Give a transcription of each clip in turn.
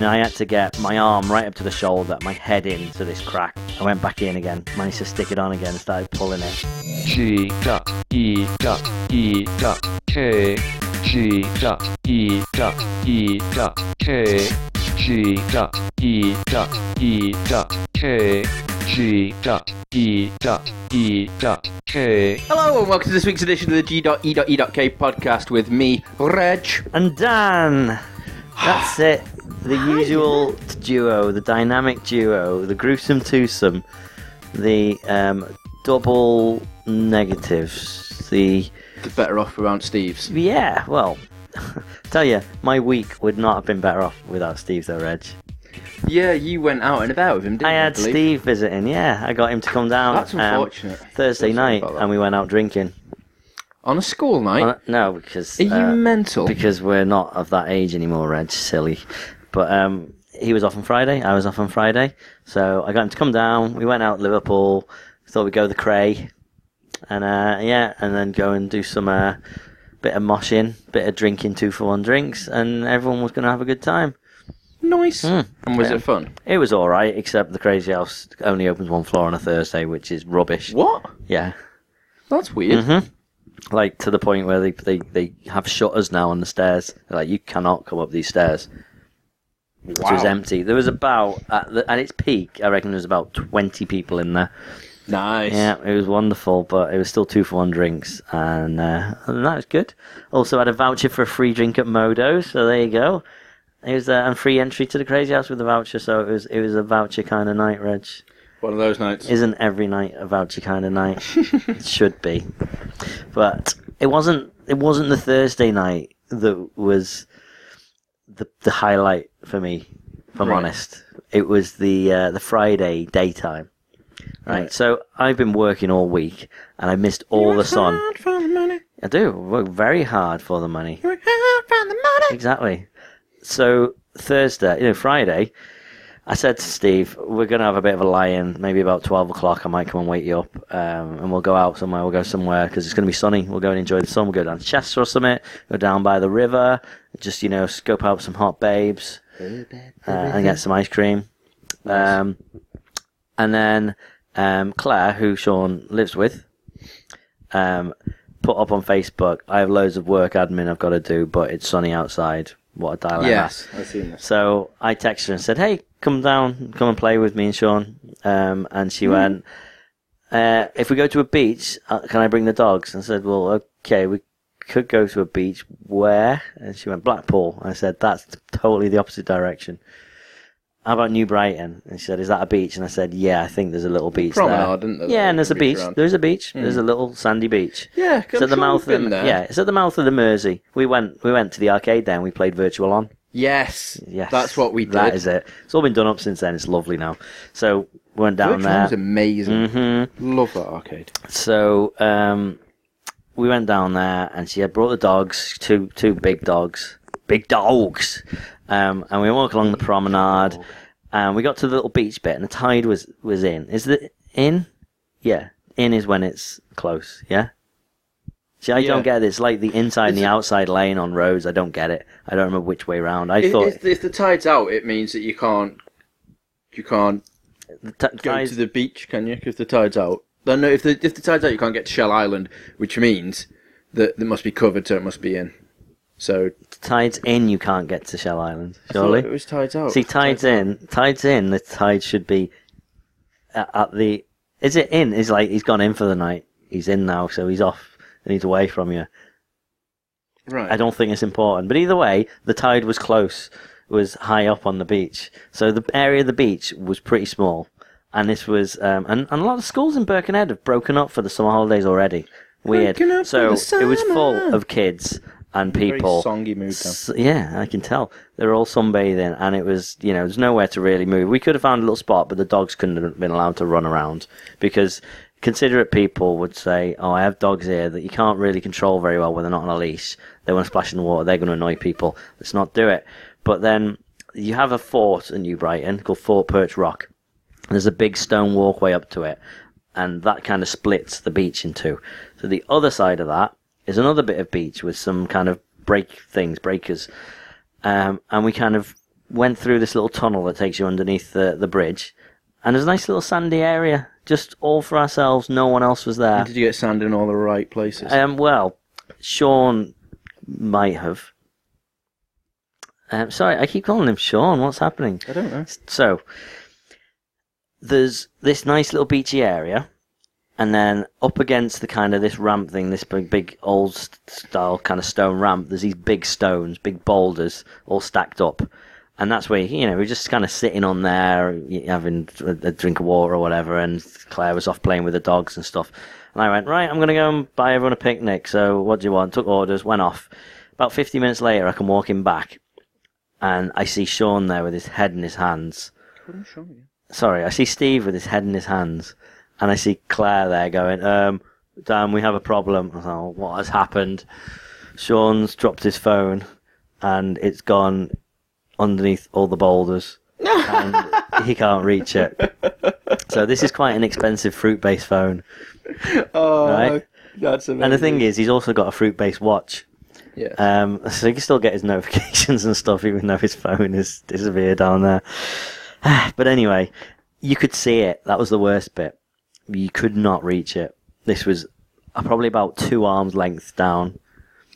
And I had to get my arm right up to the shoulder, my head into this crack. I went back in again, managed to stick it on again, started pulling it. G dot E dot E dot K G dot E dot E dot K G dot E dot E dot K G dot E dot E dot K Hello and welcome to this week's edition of the E G.E.E.K podcast with me, Reg. And Dan! That's it. The usual duo, the dynamic duo, the gruesome twosome, the um, double negatives, the. The better off around Steve's. Yeah, well, tell you, my week would not have been better off without Steve though, Reg. Yeah, you went out and about with him, didn't I you? had believe? Steve visiting. Yeah, I got him to come down. That's um, unfortunate. Thursday Feel sorry night, um, about that. and we went out drinking. On a school night? Uh, no, because Are you uh, mental? because we're not of that age anymore, Reg. Silly, but um, he was off on Friday. I was off on Friday, so I got him to come down. We went out to Liverpool. Thought we'd go to the Cray, and uh, yeah, and then go and do some uh, bit of moshing, bit of drinking two for one drinks, and everyone was going to have a good time. nice. Hmm. And was Yeah. it fun? It was all right, except the Crazy House only opens one floor on a Thursday, which is rubbish. What? Yeah. That's weird. hmm Like to the point where they, they, they have shutters now on the stairs. They're like you cannot come up these stairs. So it was empty. There was about at, the, at its peak, I reckon there was about twenty people in there. Nice. Yeah, it was wonderful, but it was still two for one drinks, and uh, other than that was good. Also had a voucher for a free drink at Modo, so there you go. It was uh, and free entry to the Crazy House with a voucher, so it was it was a voucher kind of night, Reg. One of those nights. Isn't every night a voucher kind of night? it should be, but it wasn't. It wasn't the Thursday night that was the the highlight for me. If I'm Right. honest, it was the uh, the Friday daytime. Right. Right. So I've been working all week and I missed all the sun. I do work very hard for the money. Exactly. So Thursday, you know, Friday, I said to Steve, "We're gonna have a bit of a lie-in. Maybe about twelve o'clock. I might come and wake you up, um, and we'll go out somewhere. We'll go somewhere because it's gonna be sunny. We'll go and enjoy the sun. We'll go down to Chester or something. Go down by the river. Just you know, scope out some hot babes uh, and get some ice cream." Um, and then um, Claire, who Sean lives with, um, put up on Facebook, I have loads of work admin I've got to do, but it's sunny outside. What a dilemma. Yes, I've seen this. So I texted her and said, hey, come down, come and play with me and Sean. Um, and she Hmm. went, uh, if we go to a beach, uh, can I bring the dogs? And I said, well, okay, we could go to a beach. Where? And she went, Blackpool. I said, that's totally the opposite direction. How about New Brighton? And she said, is that a beach? And I said, yeah, I think there's a little beach Promenade, there. didn't there? Yeah, and there's a beach. around. Hmm. There's a beach. There's a little sandy beach. Yeah, It's at the mouth of in the, there. yeah, it's at the mouth of the Mersey. We went we went to the arcade there and we played Virtual On. Yes. Yes, That's what we did. That is it. It's all been done up since then. It's lovely now. So we went down Virtual Man's there. amazing. hmm Love that arcade. So um, we went down there, and she had brought the dogs, two two big dogs, big dogs, um, and we walked along the promenade, and we got to the little beach bit, and the tide was was in. Is it in? Yeah, in is when it's close. Yeah. See, I don't Yeah. get this. Like the inside and the outside lane on roads, I don't get it. I don't remember which way round. I If, thought if, if the tide's out, it means that you can't you can't the t- go tides- to the beach, can you? Because the tide's out. Then no, if the if the tide's out, you can't get to Shell Island, which means that it must be covered, so it must be in. So tides in, you can't get to Shell Island, I thought it surely. was tides out. See, tides in, tides in. The tide should be at, at the. Is it in? Is like he's gone in for the night. He's in now, so he's off and he's away from you. Right. I don't think it's important, but either way, the tide was close. It was high up on the beach, so the area of the beach was pretty small. And this was, um, and, and a lot of schools in Birkenhead have broken up for the summer holidays already. Weird. Broken up for So the it was full summer. of kids and Very people. songy mood. then. S- yeah, I can tell. They're all sunbathing, and it was, you know, there's nowhere to really move. We could have found a little spot, but the dogs couldn't have been allowed to run around because considerate people would say, Oh, I have dogs here that you can't really control very well when they're not on a leash. They want to splash in the water, they're going to annoy people. Let's not do it. But then you have a fort in New Brighton called Fort Perch Rock. There's a big stone walkway up to it, and that kind of splits the beach in two. So the other side of that is another bit of beach with some kind of break things, breakers, um, and we kind of went through this little tunnel that takes you underneath the, the bridge, and there's a nice little sandy area, just all for ourselves. No one else was there. Did you get sand in all the right places? Um, well, Sean might have. Um, sorry, I keep calling him Sean. What's happening? I don't know. So there's this nice little beachy area, and then up against the kind of this ramp thing, this big, big old st- style kind of stone ramp. There's these big stones, big boulders, all stacked up, and that's where you know we're just kind of sitting on there, y- having a a drink of water or whatever. And Claire was off playing with the dogs and stuff. And I went right. I'm gonna go and buy everyone a picnic. So what do you want? Took orders, went off. About 50 minutes later, I come walking back, and I see Sean there with his head in his hands sorry, I see Steve with his head in his hands, and I see Claire there going, um, Dan, we have a problem. I was like, "Oh, what has happened? Sean's dropped his phone, and it's gone underneath all the boulders, and he can't reach it. So this is quite an expensive fruit-based phone. Oh, Right. that's amazing. And the thing is, he's also got a fruit-based watch. yeah. Um, so he can still get his notifications and stuff, even though his phone is disappeared down there. but anyway, you could see it. That was the worst bit. You could not reach it. This was uh, probably about two arms length down.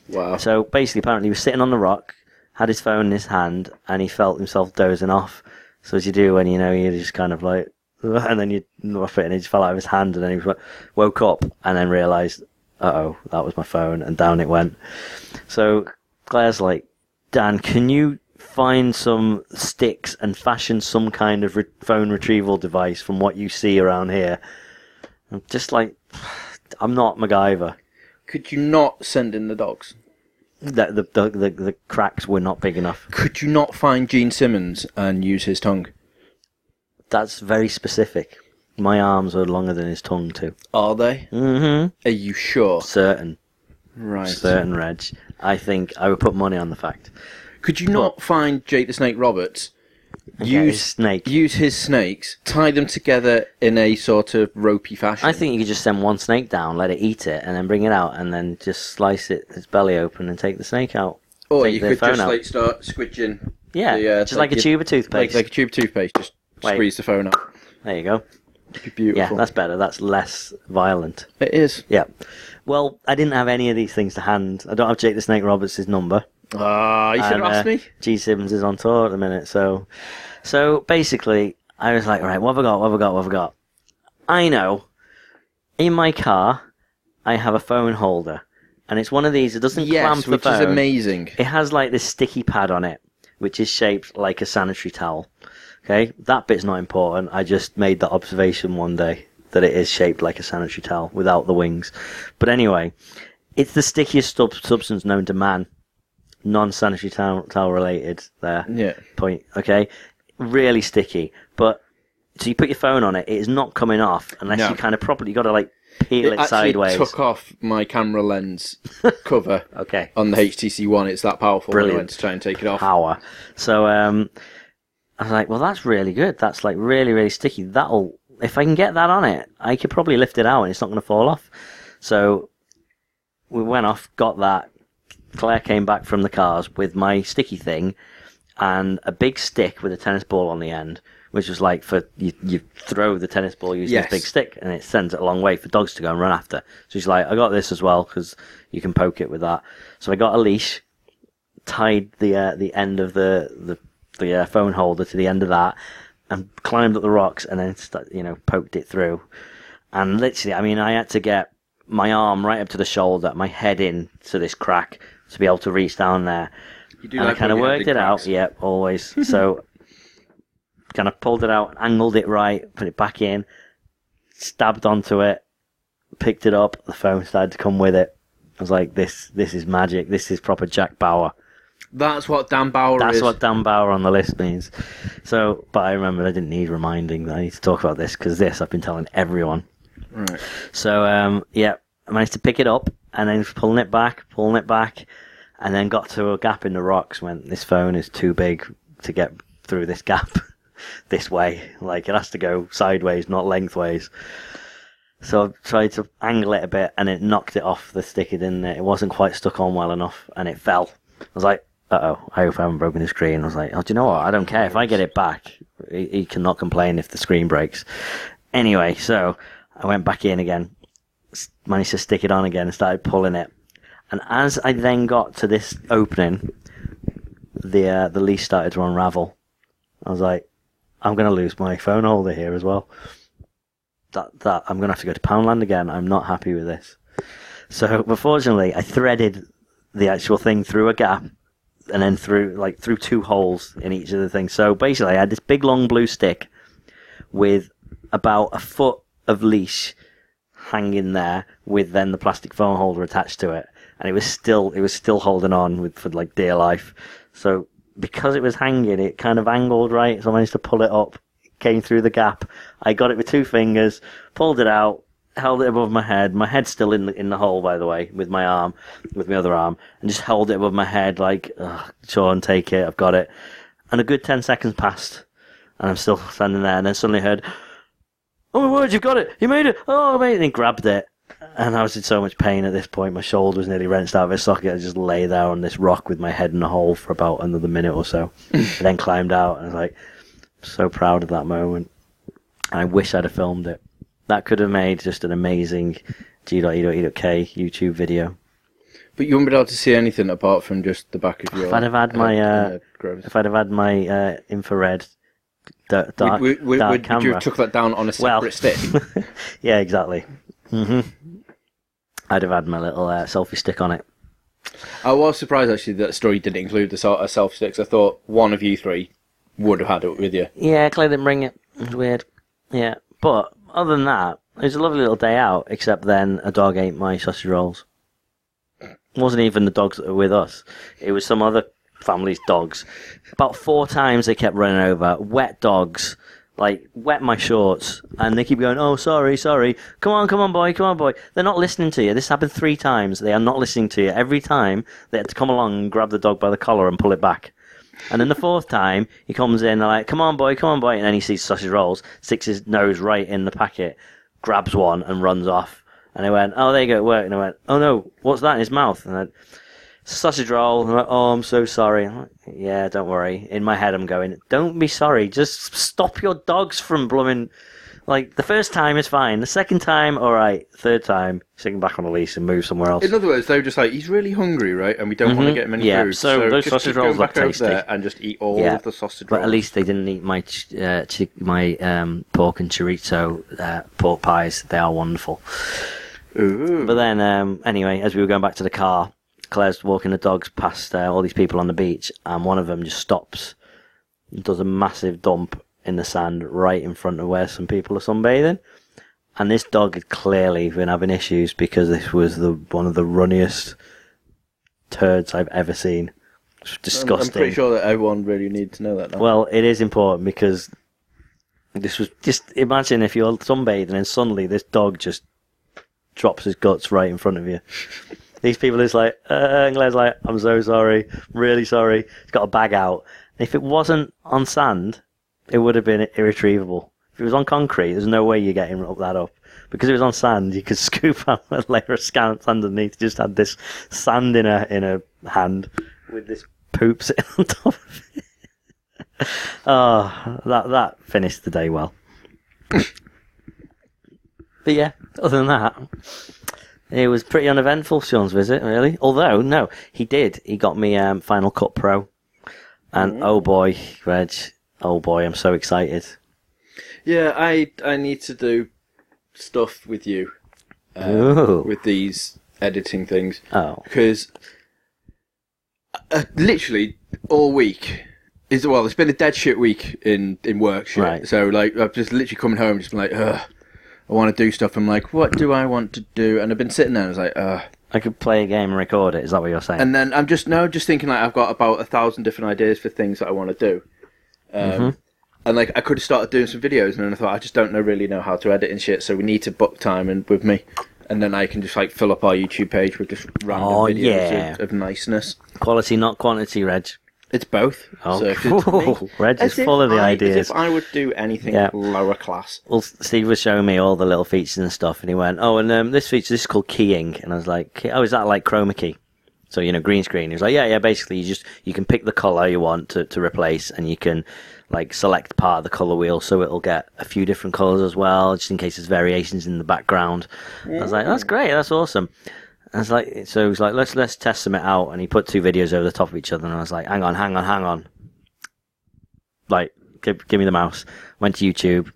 wow. So basically, apparently, he was sitting on the rock, had his phone in his hand, and he felt himself dozing off. So as you do when you know you're just kind of like, and then you off it, and it just fell out of his hand, and then he was like- woke up and then realised, uh oh, that was my phone, and down it went. So Claire's like, Dan, can you find some sticks and fashion some kind of re- phone retrieval device from what you see around here? I'm just like, I'm not MacGyver Could you not send in the dogs? that the, the the the cracks were not big enough. Could you not find Gene Simmons and use his tongue? That's very specific. My arms are longer than his tongue too. Are they? Mm-hmm. Are you sure? Certain, Right. certain, Reg. I think I would put money on the fact. Could you not find Jake the Snake Roberts? And get his Use snake. use his snakes, tie them together in a sort of ropey fashion. I think you could just send one snake down, let it eat it, and then bring it out, and then just slice it its belly open and take the snake out. or take you the could phone just out. like start squidging, Yeah, Yeah, just like take a it- tube of like toothpaste. like a tube of toothpaste, just Wait. squeeze the phone up. there you go. It'd be Yeah, beautiful. that's better. That's less violent. It is. Yeah. Well, I didn't have any of these things to hand. I don't have Jake the Snake Roberts' number. Ah, you should have And, asked uh, me. G Simmons is on tour at the minute, so so basically, I was like, right, what have I got? What have I got? What have I got? I know. In my car, I have a phone holder, and it's one of these. It doesn't clamp Yes, the which phone. is amazing. It has like this sticky pad on it, which is shaped like a sanitary towel. Okay, that bit's not important. I just made that observation one day that it is shaped like a sanitary towel without the wings. But anyway, it's the stickiest sub- substance known to man, non-sanitary towel, towel related. There Yeah. point. Okay, really sticky. But so you put your phone on it, it is not coming off unless No. you kind of properly. You got to like peel It it, actually sideways. took off my camera lens cover okay, on the HTC One. It's that powerful. when I Brilliant. went to try and take it off. power. So um, I was like, well, that's really good. That's like really, really sticky. That'll if I can get that on it, I could probably lift it out and it's not going to fall off. So we went off, got that. Claire came back from the cars with my sticky thing and a big stick with a tennis ball on the end, which was like for you, you throw the tennis ball using Yes. this big stick and it sends it a long way for dogs to go and run after. So she's like, I got this as well because you can poke it with that. So I got a leash tied the uh, the end of the the, the uh, phone holder to the end of that and climbed up the rocks and then st- you know poked it through and literally i mean i had to get my arm right up to the shoulder my head in to this crack to be able to reach down there You do and like i kind of when you have worked big it out cracks. yeah always so kind of pulled it out angled it right put it back in stabbed onto it picked it up the phone started to come with it i was like this this is magic this is proper jack bauer That's what Dan Bauer that's is. what Dan Bauer on the list means. So, but I remembered I didn't need reminding that I need to talk about this because this I've been telling everyone. Right. So, um, yeah, I managed to pick it up and then pulling it back, pulling it back, and then got to a gap in the rocks. Went, this phone is too big to get through this gap this way. Like it has to go sideways, not lengthways. So I tried to angle it a bit, and it knocked it off the stick it in there. It wasn't quite stuck on well enough, and it fell. I was like, uh oh, I hope I haven't broken the screen. I was like, oh, do you know what? I don't care. If I get it back, he, he cannot complain if the screen breaks. Anyway, so I went back in again, s- managed to stick it on again and started pulling it. And as I then got to this opening, the uh, the leash started to unravel. I was like, I'm going to lose my phone holder here as well. That that I'm going to have to go to Poundland again. I'm not happy with this. So, but fortunately, I threaded the actual thing through a gap and then through like through two holes in each of the things. So basically, I had this big long blue stick with about a foot of leash hanging there, with then the plastic phone holder attached to it, and it was still it was still holding on with for like dear life. So because it was hanging, it kind of angled right, so I managed to pull it up. Came through the gap. I got it with two fingers, pulled it out, held it above my head. My head's still in the, in the hole, by the way, with my arm, with my other arm, and just held it above my head, like, "Ugh, Sean, take it, I've got it. And a good 10 seconds passed, and I'm still standing there, and then suddenly heard, Oh my word, you've got it, you made it, oh, mate, and he grabbed it. And I was in so much pain at this point, my shoulder was nearly wrenched out of its socket. I just lay there on this rock with my head in a hole for about another minute or so, and then climbed out, and I was like, so proud of that moment. And I wish I'd have filmed it. That could have made just an amazing e G.E.E.K. YouTube video. But you wouldn't be able to see anything apart from just the back of your. If I'd have had my, uh, uh, groves. If I'd have had my uh, infrared d- dark, would, would, dark would, would you camera, have took that down on a separate Well. stick? yeah, exactly. hmm I'd have had my little uh, selfie stick on it. I was surprised actually that the story didn't include the sort of self sticks. I thought one of you three would have had it with you. Yeah, Clay didn't bring it. It was weird. Yeah, but other than that, it was a lovely little day out. Except then a dog ate my sausage rolls. It wasn't even the dogs that were with us. It was some other family's dogs. About four times they kept running over wet dogs. Like wet my shorts, and they keep going. Oh, sorry, sorry. Come on, come on, boy, come on, boy. They're not listening to you. This happened three times. They are not listening to you. Every time they had to come along and grab the dog by the collar and pull it back. And then the fourth time, he comes in, they're like, come on, boy, come on, boy. And then he sees sausage rolls, sticks his nose right in the packet, grabs one, and runs off. And I went, oh, there you go, it worked. And I went, oh no, what's that in his mouth? And I went, sausage roll. And I went, oh, I'm so sorry. I'm like, yeah, don't worry. In my head, I'm going, don't be sorry. Just stop your dogs from blooming. Like, the first time is fine. The second time, all right. Third time, stick him back on a leash and move somewhere else. In other words, they were just like, he's really hungry, right? And we don't want to get him any Mm-hmm. Yeah, food. so those just sausage keep going rolls look back over tasty. there and just eat all Yeah, of the sausage But rolls. at least they didn't eat my ch- uh, chi- my um, pork and chorizo uh, pork pies. They are wonderful. Ooh. But then, um, anyway, as we were going back to the car, Claire's walking the dogs past uh, all these people on the beach, and one of them just stops, and does a massive dump in the sand right in front of where some people are sunbathing. And this dog had clearly been having issues because this was the one of the runniest turds I've ever seen. It's I'm, I'm disgusting. pretty sure that everyone really needs to know that now. Well, it is important because this was just imagine if you're sunbathing and suddenly this dog just drops his guts right in front of you. These people is like, uh, and Glenn's like, I'm so sorry, really sorry. He's got a bag out. If it wasn't on sand, it would have been irretrievable. If it was on concrete, there's no way you're getting up that up. Because it was on sand, you could scoop out a layer of sand underneath. Just had this sand in a in a hand with this poop sitting on top of it. Oh, that that finished the day well. but yeah, other than that, it was pretty uneventful. Sean's visit, really. Although, no, he did. He got me um, Final Cut Pro, and oh boy, Reg, oh boy, I'm so excited. yeah, I I need to do stuff with you Ooh. with these editing things. oh, because uh, literally all week is well, it's been a dead shit week in in work shit. Right. So like, I've just literally coming home, just been like, ugh, I want to do stuff. I'm like, what do I want to do? And I've been sitting there, and I was like, ugh. I could play a game and record it. Is that what you're saying? And then I'm just now just thinking like I've got about a thousand different ideas for things that I want to do. Um, Mm-hmm. And like I could have started doing some videos, and then I thought I just don't know really know how to edit and shit. So we need to book time and with me, and then I can just like fill up our YouTube page with just random Oh, videos yeah. of, of niceness. Quality, not quantity, Reg. It's both. Oh, so if it's cool. me- Reg is as if full of the I- ideas. As if I would do anything Yeah. lower class. well, Steve was showing me all the little features and stuff, and he went, "Oh, and um, this feature, this is called keying," and I was like, "Key- "Oh, is that like chroma key?" So you know, green screen. He was like, yeah, yeah. Basically, you just you can pick the color you want to, to replace, and you can like select part of the color wheel, so it'll get a few different colors as well, just in case there's variations in the background. I was like, that's great, that's awesome. And it's like, so he's like, let's let's test some it out, and he put two videos over the top of each other, and I was like, hang on, hang on, hang on. Like, give, give me the mouse. Went to YouTube,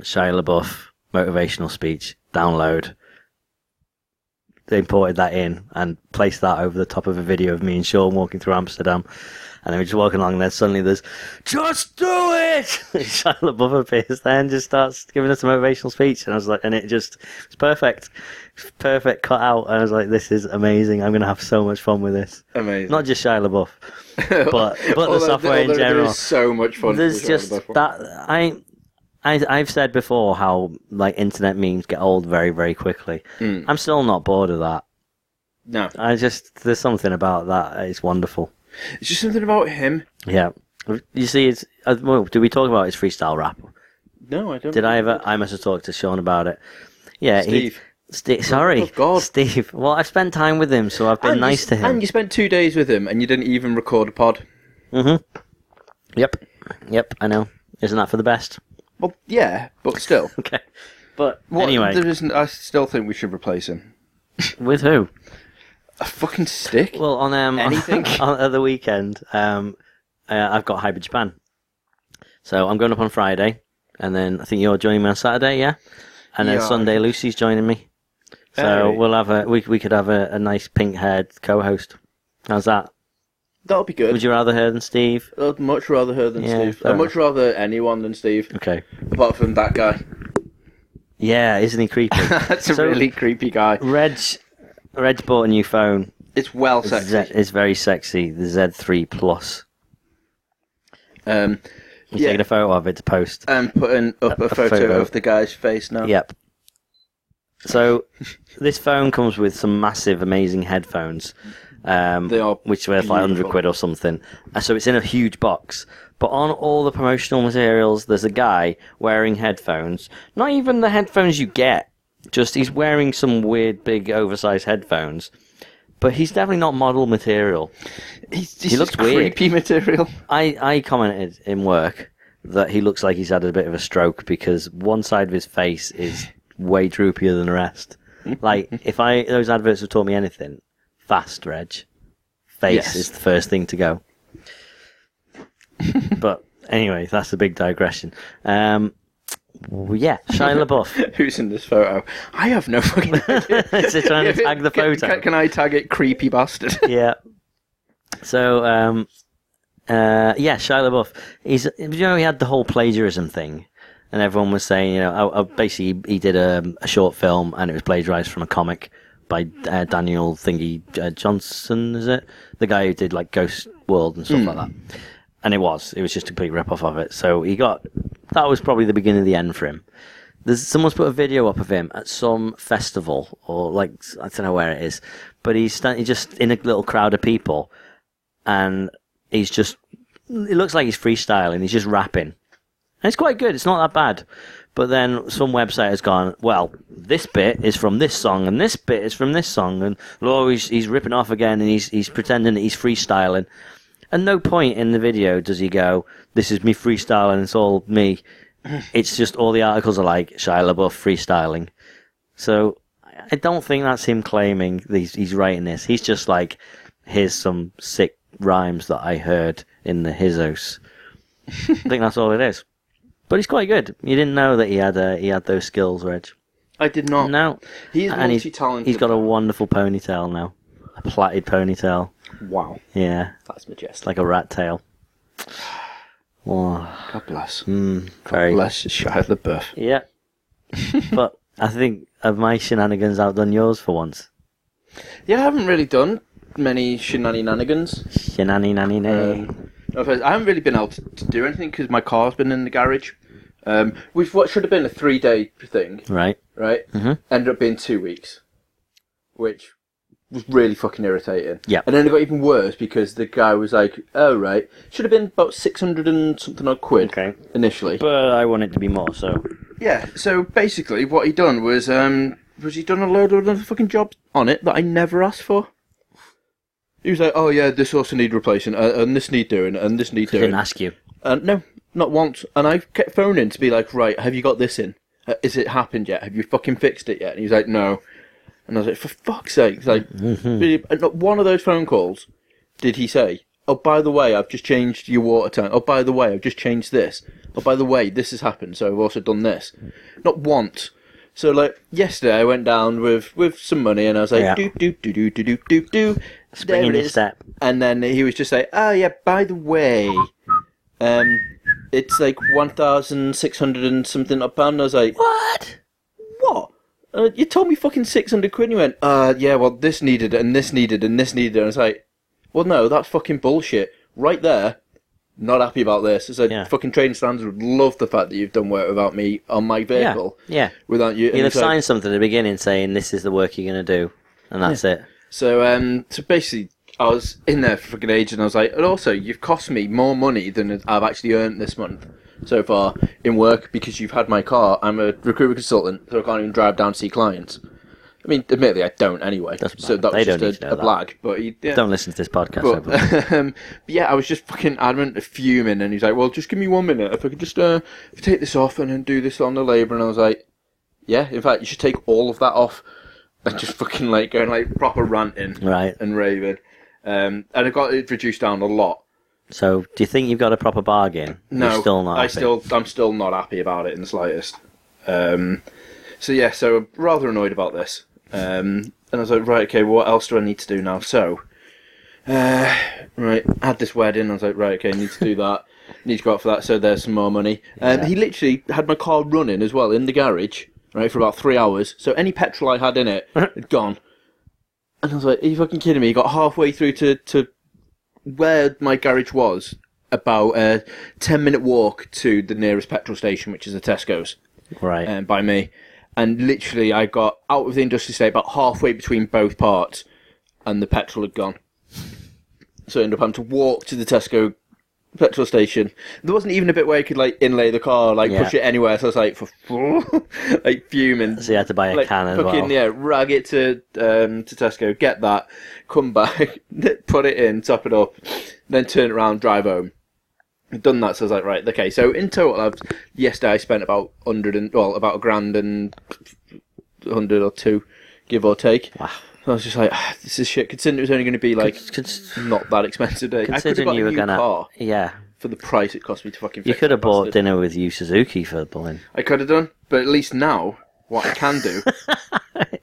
Shia LaBeouf motivational speech, download they imported that in and placed that over the top of a video of me and Sean walking through Amsterdam. And then we're just walking along, and then suddenly there's, just do it! Shia LaBeouf appears then, just starts giving us a motivational speech. And I was like, and it just, it's perfect. It's perfect cut out. And I was like, this is amazing. I'm going to have so much fun with this. Amazing. Not just Shia LaBeoff, but, but Although- the software in although there general is so much fun. there's with just Shia LaBeouf. that I, I I've said before how like internet memes get old very very quickly. Mm. I'm still not bored of that. No, I just there's something about that. It's wonderful. it's just something about him. Yeah. You see, it's uh, well, did we talk about his freestyle rap? No, I don't. Did I ever? I must have talked to Sean about it. Yeah, Steve. He, Steve. Sorry, Oh, God. Steve. Well, I've spent time with him, so I've been And you nice s- to him. And you spent two days with him, and you didn't even record a pod. Yep, yep. I know. Isn't that for the best? Well, yeah, but still. Okay. But What- anyway, there isn't, I still think we should replace him. with who? A fucking stick. Well, on um, Anything. on, on the weekend, um, uh, I've got Hybrid Japan, so I'm going up on Friday, and then I think you're joining me on Saturday, yeah, and then Yeah. Sunday Lucy's joining me, so Hey. we'll have a we we could have a, a nice pink haired co-host. How's that? That'll be good. Would you rather her than Steve? I'd much rather her than Yeah, Steve. fair I'd much rather anyone than Steve, Okay. apart from that guy. Yeah, isn't he creepy? That's a So- really creepy guy. Reg, Reg bought a new phone. It's well It's, sexy. Z, it's very sexy. The Z3 Plus. Um, He's yeah, taking a photo of it to post. I'm putting up a, photo, photo. of the guy's face now. Yep. So this phone comes with some massive, amazing headphones, um, They are which were like hundred beautiful. quid or something. And so it's in a huge box. But on all the promotional materials, there's a guy wearing headphones. Not even the headphones you get. Just he's wearing some weird, big, oversized headphones. But he's definitely not model material. He's, he's He just looks weird. creepy material. I, I commented in work that he looks like he's had a bit of a stroke because one side of his face is way droopier than the rest. Like if I those adverts have taught me anything, fast Reg, face Yes. is the first thing to go. but anyway, that's a big digression. Um, well, yeah, Shia LaBeouf. Who's in this photo? I have no fucking idea. so trying to tag the Can- photo. Can, can I tag it creepy bastard? yeah. So, um, uh, yeah, Shia LaBeouf. He's, you know, he had the whole plagiarism thing, and everyone was saying, you know, oh, oh, basically he did um, a, a short film and it was plagiarized from a comic by uh, Daniel Thingy uh, Johnson, is it? The guy who did like Ghost World and stuff like that. And it was. It was just a complete rip off of it. So he got. That was probably the beginning of the end for him. There's someone's put a video up of him at some festival or like I don't know where it is, but he's standing just in a little crowd of people, and he's just it looks like he's freestyling. He's just rapping, and it's quite good. It's not that bad. But then some website has gone. Well, this bit is from this song, and this bit is from this song, and oh, he's he's ripping off again, and he's he's pretending that he's freestyling. At no point in the video does he go, "This is me freestyling. It's all me." it's just all the articles are like Shia LaBeouf freestyling. So I don't think that's him claiming that he's, he's writing this. He's just like, here's some sick rhymes that I heard in the his house. I think that's all it is. But he's quite good. You didn't know that he had uh, he had those skills, Reg. I did not. No, He is and he's- Oh, multi-talented. he's got a wonderful ponytail now, a plaited ponytail. wow. Yeah, That's majestic. like a rat tail. Oh, God bless. very Mm, Bless Shia LaBeouf. Yeah. but I think have my shenanigans outdone yours for once. Yeah, I haven't really done many shenanigans. Shenani nanny nay. No offense, I haven't really been able to, to do anything because my car's been in the garage. Um, with what should have been a three-day thing, right. right, Mhm. ended up being two weeks, which was really fucking irritating. Yeah. And then it got even worse because the guy was like, "Oh right, should have been about six hundred and something odd quid Okay. initially." But I want it to be more, so yeah. So basically, what he done was um was he done a load of other fucking jobs on it that I never asked for. He was like, "Oh yeah, this also need replacing, uh, and this need doing, and this need I doing." didn't ask you. And Uh, no, not once. And I kept phoning to be like, "Right, have you got this in? Uh, Is it happened yet? Have you fucking fixed it yet?" And he was like, "No." And I was like, "For fuck's sake!" He's like, Mm-hmm. really- and not one of those phone calls did he say, "Oh, by the way, I've just changed your water tank. Oh, by the way, I've just changed this. Oh, by the way, this has happened, so I've also done this." Not once. So like yesterday, I went down with with some money, and I was Yeah. like, "Do do do do do do do do." Spring in There it your is. step. And then he was just like, "Oh yeah, by the way, um, it's like one thousand six hundred and something up pound." And I was like, What? "What? Uh, you told me fucking six hundred quid." And he went, "Uh, yeah, well, this needed and this needed and this needed." And I was like, "Well, no, that's fucking bullshit." Right there, not happy about this. It's like Yeah. fucking trading standards would love the fact that you've done work without me on my Yeah. vehicle. Yeah. Without you, and You'll have it's like- signed something at the beginning saying this is the work you're going to do, and that's it. So um, so basically, I was in there for fucking age, and I was like, and also, you've cost me more money than I've actually earned this month so far in work because you've had my car. I'm a recruitment consultant, so I can't even drive down to see clients. I mean, admittedly, I don't anyway. Doesn't so matter. that was They just don't a, need to know a that. blag. But he, yeah. Don't listen to this podcast. everyone. But, um, but yeah, I was just fucking adamant, fuming, and he's like, "Well, just give me one minute. If I could just uh, if I take this off and then do this on the labour," and I was like, "Yeah, in fact, you should take all of that off." And just fucking like going like proper ranting, Right. and raving, um, and I got it reduced down a lot. So, do you think you've got a proper bargain? No, You're still not. I happy. still, I'm still not happy about it in the slightest. Um, so yeah, so I'm rather annoyed about this. Um, and I was like, right, okay, what else do I need to do now? So, uh, right, had this wedding. I was like, right, okay, need to do that. need to go out for that. So there's some more money. Um, He literally had my car running as well in the garage, right, for about three hours. So any petrol I had in it had gone. And I was like, are you fucking kidding me? He got halfway through to, to where my garage was, about a 10 minute walk to the nearest petrol station, which is the Tesco's Right. um, by me, and literally I got out of the industrial estate about halfway between both parts, and the petrol had gone. So I ended up having to walk to the Tesco petrol station. There wasn't even a bit where you could like inlay the car, like Yeah. push it anywhere. So I was like, for like fuming. so you had to buy a Like, can as fucking well. yeah, rag it to um, to Tesco, get that, come back, put it in, top it up, then turn it around, drive home. I've done that, so I was like, right, okay. So in total, I've yesterday I spent about hundred and well, about a grand and hundred or two, give or take. Wow. I was just like, ah, this is shit. Considering it was only going to be like Cons- not that expensive. eh? I could have Considering got you a were new gonna, car yeah, for the price it cost me to fucking. you fix could have that bought bastard. dinner with you Suzuki for the balloon. I could have done, but at least now what I can do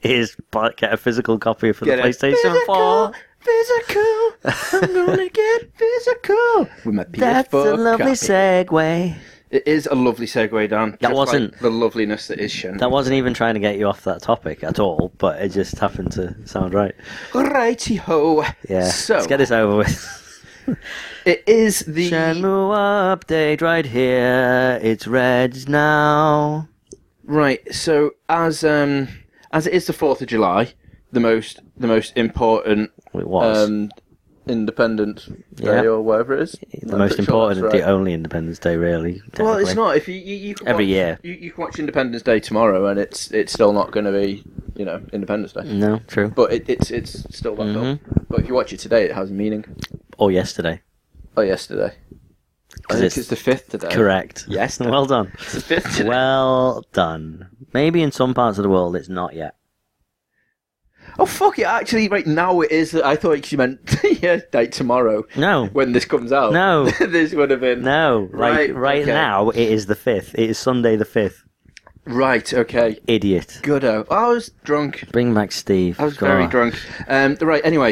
Is bu- get a physical copy for Get the a PlayStation Four. Physical, I'm gonna get physical with my PS4. That's a lovely copy. segue. It is a lovely segue, Dan. That wasn't- the loveliness that is Shen. That wasn't even trying to get you off that topic at all, but it just happened to sound right. Righty ho. Yeah, So let's get this over with. it is the Shenmue update right here. It's red now. right. So as um as it is the Fourth of July, the most the most important It was um Independence Yeah. Day or whatever it is. the most important, and Right. the only Independence Day, really. Well, it's technically. not. If you, you, you can Every watch, year. you, you can watch Independence Day tomorrow, and it's it's still not going to be you know Independence Day. No, true. But it, it's it's still that film. Mm-hmm. But if you watch it today, it has meaning. Or yesterday. Oh, yesterday. I 'Cause think it's- it's, the fifth today. Correct. Uh, Yes. Well done. It's the fifth today. Well done. Maybe in some parts of the world it's not yet. oh fuck it! Actually, right now it is. I thought you meant yeah, date tomorrow No. when this comes out. No. this would have been No. Right. Right, Right okay. now it is the fifth. It is Sunday the fifth. right. Okay, Idiot. goodo. I was drunk. Bring back Steve. I was very God. drunk. Um, right. Anyway,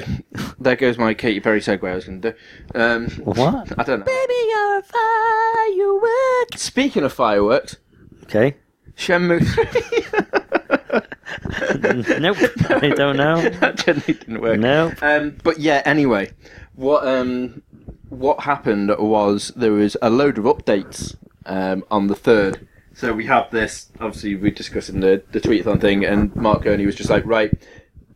there goes my Katy Perry segue. I was going to do. Um, What? I don't know. Baby, you're a firework. Speaking of fireworks, Okay. Shenmue 3. nope. I don't know. that generally didn't work. Nope. Um, but yeah, anyway, what um, what happened was there was a load of updates um, on the third. So we have this. Obviously, we're discussing the the tweetathon thing, and Mark Gurney was just like, right.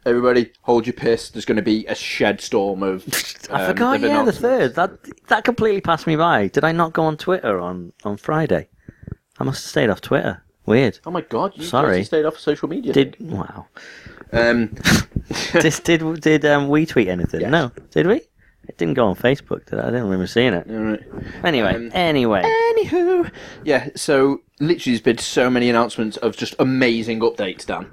Everybody, hold your piss. There's going to be a shed storm of. I um, forgot. of Yeah, the announcements." third. That that completely passed me by. Did I not go on Twitter on on Friday? I must have stayed off Twitter. Weird. Oh my god! You Sorry. Sorry, stayed off of social media. Did wow. Um, did did, did um, we tweet anything? Yes. No, did we? It didn't go on Facebook, did it? I didn't remember seeing it. all right. Anyway, Um, anyway, Anywho, yeah. So literally, there's been so many announcements of just amazing updates, Dan.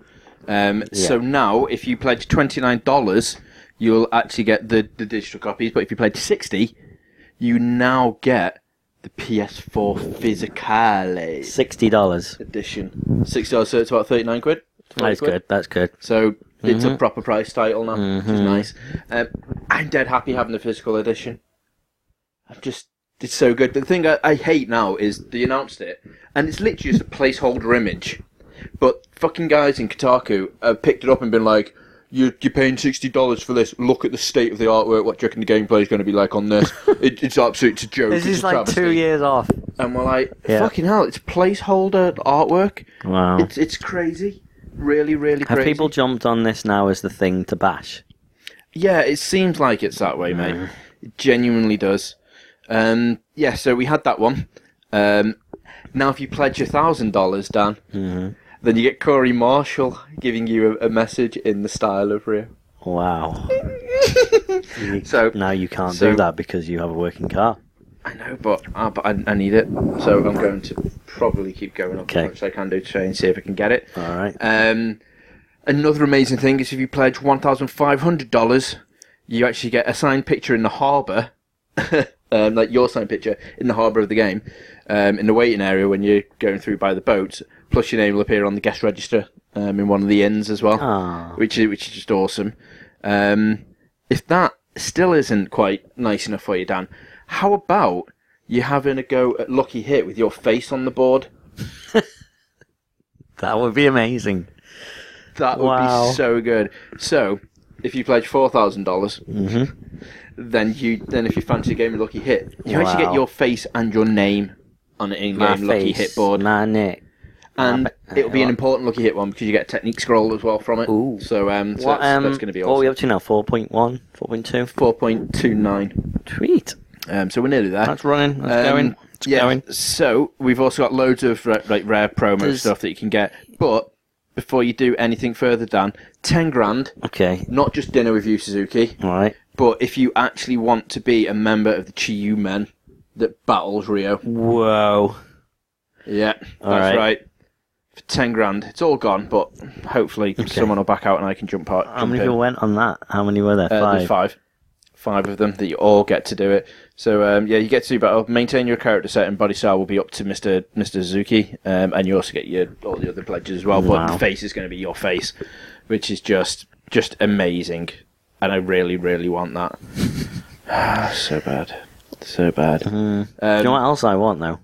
Um, So now, if you pledge twenty nine dollars, you'll actually get the, the digital copies. But if you pledge sixty, you now get the PS4 Physicale sixty dollars. edition. Sixty dollars, so it's about thirty nine quid. That's 40 quid. good. That's good. So it's Mm-hmm. a proper price title now, which is nice. Um, I'm dead happy having the physical edition. I'm just, it's so good. But the thing I, I hate now is they announced it, and it's literally just a placeholder image. But fucking guys in Kotaku have picked it up and been like, you, you're paying sixty dollars for this. Look at the state of the artwork. What do you reckon the gameplay is going to be like on this? it, it's absolute it's a joke. This it's is a like two travesty." years off. And we're like, Yeah. fucking hell! It's placeholder artwork. Wow. It's it's crazy, really, really Have crazy. people jumped on this now as the thing to bash? Yeah, it seems like it's that way, mate. It genuinely does. Um, yeah, so we had that one. Um, now, if you pledge a thousand dollars, Dan, then you get Corey Marshall giving you a, a message in the style of Rio. Wow. You- So- now you can't so- do that because you have a working car. I know, but, uh, but I, I need it, so I'm going to probably keep going up Okay. as much as I can do to try and see if I can get it. All right. Um, another amazing thing is if you pledge one thousand five hundred dollars, you actually get a signed picture in the harbour, um, like your signed picture in the harbour of the game, um, in the waiting area when you're going through by the boat. Plus, your name will appear on the guest register um, in one of the inns as well, Ah. which is which is just awesome. Um, if that still isn't quite nice enough for you, Dan, how about you having a go at Lucky Hit with your face on the board? That would be amazing. That would Wow. be so good. So, if you pledge four dollars, Mm-hmm. then you then if you fancy a game of Lucky Hit, you actually Wow. get your face and your name on an in-game My Lucky face, Hit board, my neck. and ba- it'll be an what? important Lucky Hit one because you get a technique scroll as well from it. Ooh. So, um, so what, that's, um, that's going to be What are we awesome. up to now? 4.1? 4.2? Four point two nine. Tweet. Um, so we're nearly there. That's running. That's Um, going. It's yeah. going. So we've also got loads of ra- like rare promo There's- stuff that you can get, but. Before you do anything further, Dan, ten grand, Okay. not just dinner with you, Suzuki, All right. But if you actually want to be a member of the Chiyu men that battles Rio, Whoa. yeah, that's right. right. For ten grand, it's all gone. But hopefully, someone will back out and I can jump out. How jump many in. people went on that? How many were there? Uh, Five. There's five, five of them that you all get to do it. So um, yeah, you get to do battle. Maintain your character set and body style will be up to Mister Mister Suzuki, um, and you also get your all the other pledges as well. But Wow. the face is going to be your face, which is just just amazing, and I really really want that. Ah, so bad, so bad. Um, Do Mm. you know what else I want though?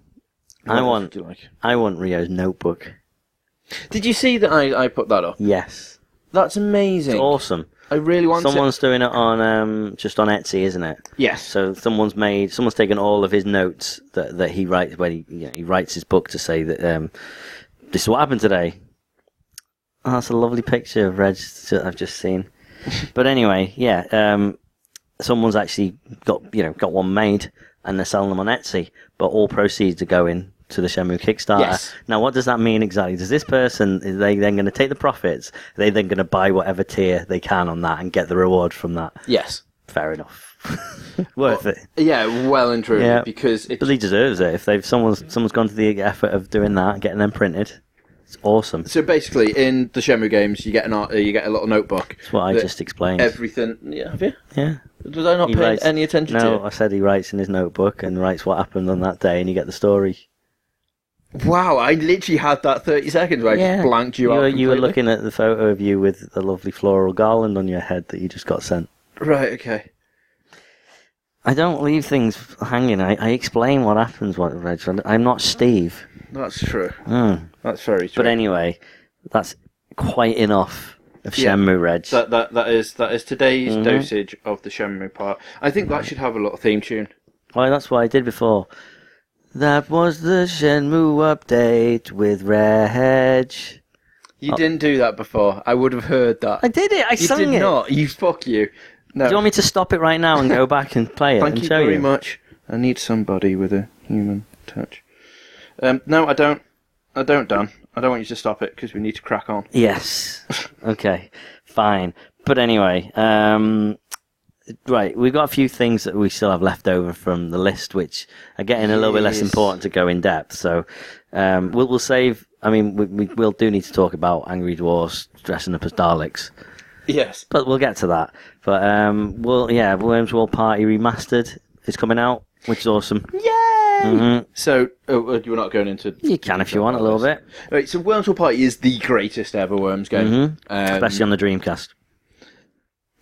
I what want. do you like? I want Rio's notebook. Did you see that I, I put that up? Yes. That's amazing. Awesome. I really want it. Someone's doing it on um, just on Etsy, isn't it? Yes. So someone's made, someone's taken all of his notes that, that he writes when he you know, he writes his book to say that um, this is what happened today. Oh, that's a lovely picture of Reg that I've just seen. but anyway, yeah, um, someone's actually got you know got one made and they're selling them on Etsy, but all proceeds are going to the Shamu Kickstarter. Yes. Now, what does that mean exactly? Does this person is they then going to take the profits? Are they then going to buy whatever tier they can on that and get the reward from that? yes. Fair enough. Worth it. Yeah, well and truly, Yeah. because it But he deserves it. If they've someone's someone's gone to the effort of doing that, and getting them printed, it's awesome. So basically, in the Shenmue games, you get an art, uh, you get a little notebook. That's what I that just explained. Everything. Yeah, have you? yeah. Was I not He paying writes- any attention No, I said he writes in his notebook and writes what happened on that day, and you get the story. to it? Wow, I literally had that thirty seconds where I just blanked you, out. Were, you were completely. looking at the photo of you with the lovely floral garland on your head that you just got sent. Right. Okay. I don't leave things hanging. I, I explain what happens, what Reg. I'm not Steve. That's true. Mm. That's very true. But anyway, that's quite enough of Yeah. Shenmue, Reg. that that that is that is today's Mm-hmm. dosage of the Shenmue part. I think that should have a little theme tune. Well, that's what I did before. That was the Shenmue update with Reg. Oh. You didn't do that before. I would have heard that. I did it. I you sang did it. not. You fuck you. No. Do you want me to stop it right now and go back and play it Thank and you show very you? much. I need somebody with a human touch. Um, no, I don't. I don't, Dan. I don't want you to stop it because we need to crack on. Yes. okay. Fine. But anyway, um, right, we've got a few things that we still have left over from the list, which are getting a little bit less Yes. important to go in depth. So um, we'll, we'll save. I mean, we, we will do need to talk about angry dwarves dressing up as Daleks, Yes. but we'll get to that. But um, well, yeah, Worms World Party remastered is coming out, which is awesome. Yay! Mm-hmm. Mhm. So oh, uh, you're not going into. You can if you want a little bit, Right, so Worms World Party is the greatest ever Worms game. Mhm. Um, especially on the Dreamcast.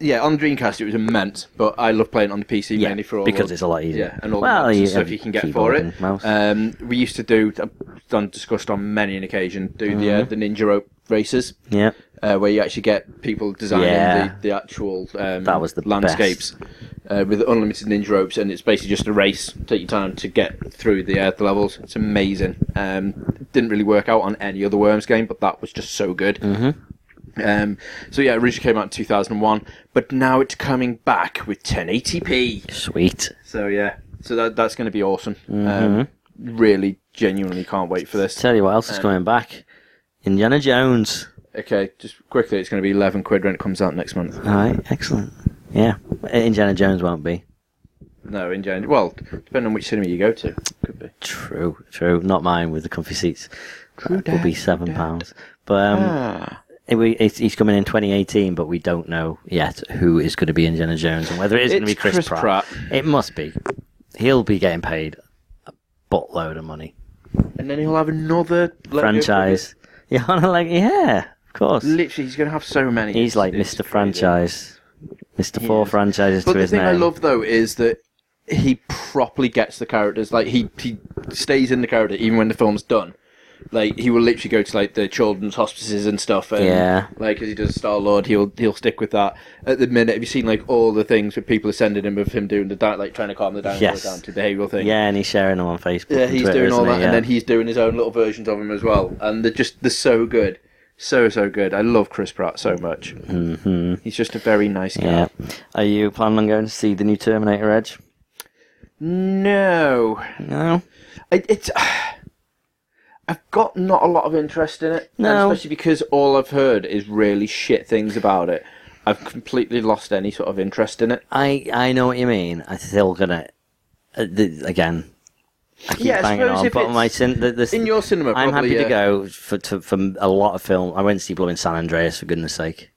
yeah, on Dreamcast it was immense, but I love playing it on the PC Yeah, mainly for all because the- it's a lot easier. Yeah, and all Well, the you you, stuff have you can get keyboard for it. and mouse. Um, we used to do, I've done discussed on many an occasion, do the uh, the ninja rope races, Yeah. uh, where you actually get people designing Yeah. the, the actual um, That was the landscapes uh, with unlimited ninja ropes, and it's basically just a race. Take your time to get through the, uh, the levels. It's amazing. Um, it didn't really work out on any other Worms game, but that was just so good. Mm-hmm. Um, so yeah, it originally came out in 2001, but now it's coming back with 1080p. Sweet. So yeah, so that that's going to be awesome. Um, Mm-hmm. really, genuinely can't wait for this. Tell you what uh, else is coming back. Indiana Jones. Okay, just quickly, it's going to be eleven quid when it comes out next month. All right, excellent. Yeah, Indiana Jones won't be. No, in January. Well, depending on which cinema you go to, could be. True, true. Not mine with the comfy seats. That will be dat, seven dat. pounds. But um, Ah, it, we, it's, he's coming in 2018, but we don't know yet who is going to be Indiana Jones and whether it is going to It's be Chris, Chris Pratt. Pratt. It must be. He'll be getting paid a buttload of money. and then he'll have another Lego Franchise. Yeah, I'm like yeah, of course. figure. Literally, he's going to have so many. He's like It's- Mr. it's Franchise. Mr. crazy. Four He is. franchises But to the his thing name. I love though is that he properly gets the characters. Like he he stays in the character even when the film's done. Like he will literally go to like the children's hospices and stuff. And, Yeah. Like as he does Star Lord, he'll he'll stick with that. At the minute, have you seen like all the things that people are sending him of him doing the di- like trying to calm the down, Yes. down to behavioural thing? Yeah, and he's sharing them on Facebook. Yeah, and he's Twitter, doing isn't all that, he? and Yeah. then he's doing his own little versions of him as well. And they're just they're so good, so so good. I love Chris Pratt so much. Mhm. He's just a very nice guy. Yeah. Are you planning on going to see the new Terminator Edge? No, No. It, it's. I've got not a lot of interest in it, and No. especially because all I've heard is really shit things about it. I've completely lost any sort of interest in it. I I know what you mean. I still gonna uh, the, again. I keep Yeah, I banging suppose on, if but it's my sin, the, the, in your cinema, I'm probably, happy to yeah. go for to, for a lot of film. I went to see Blood in San Andreas for goodness sake.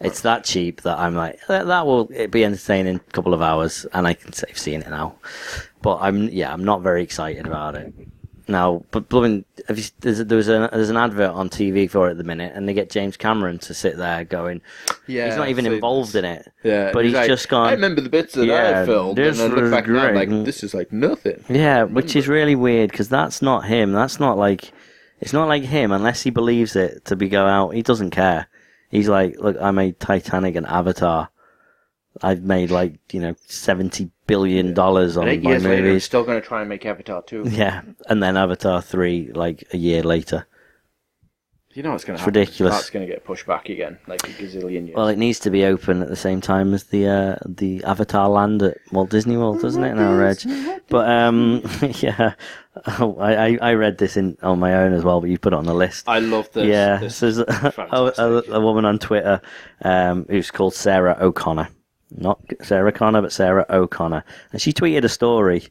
It's that cheap that I'm like that, that will it be entertaining a couple of hours, and I can save seeing it now. But I'm yeah, I'm not very excited about it. Now, but blooming, have you, there's a, there was a, there's an advert on TV for it at the minute, and they get James Cameron to sit there going, Yeah, he's not even so- involved in it, Yeah, but he's like, just gone. I remember the bits that "Yeah, I filmed, and this then look was back now, I'm great." like this is like nothing. Yeah, which is really weird because that's not him. That's not like it's not like him unless he believes it to be go out. He doesn't care. He's like, look, I made Titanic and Avatar. I've made like you know seventy billion dollars on And eight my years later, he's movies. still going to try and make Avatar two. yeah, and then Avatar three like a year later. You know what's going to It's happen? ridiculous. That's going to get pushed back again, like a gazillion years. Well, it needs to be open at the same time as the uh, the Avatar Land at Walt Disney World, doesn't it? Now, Reg. But um, yeah, oh, I I- I read this in on my own as well, but you put it on the list. I love this. yeah, this there's a, a, a- a woman on Twitter um, who's called Sarah O'Connor. Not Sarah Connor, but Sarah O'Connor. And she tweeted a story.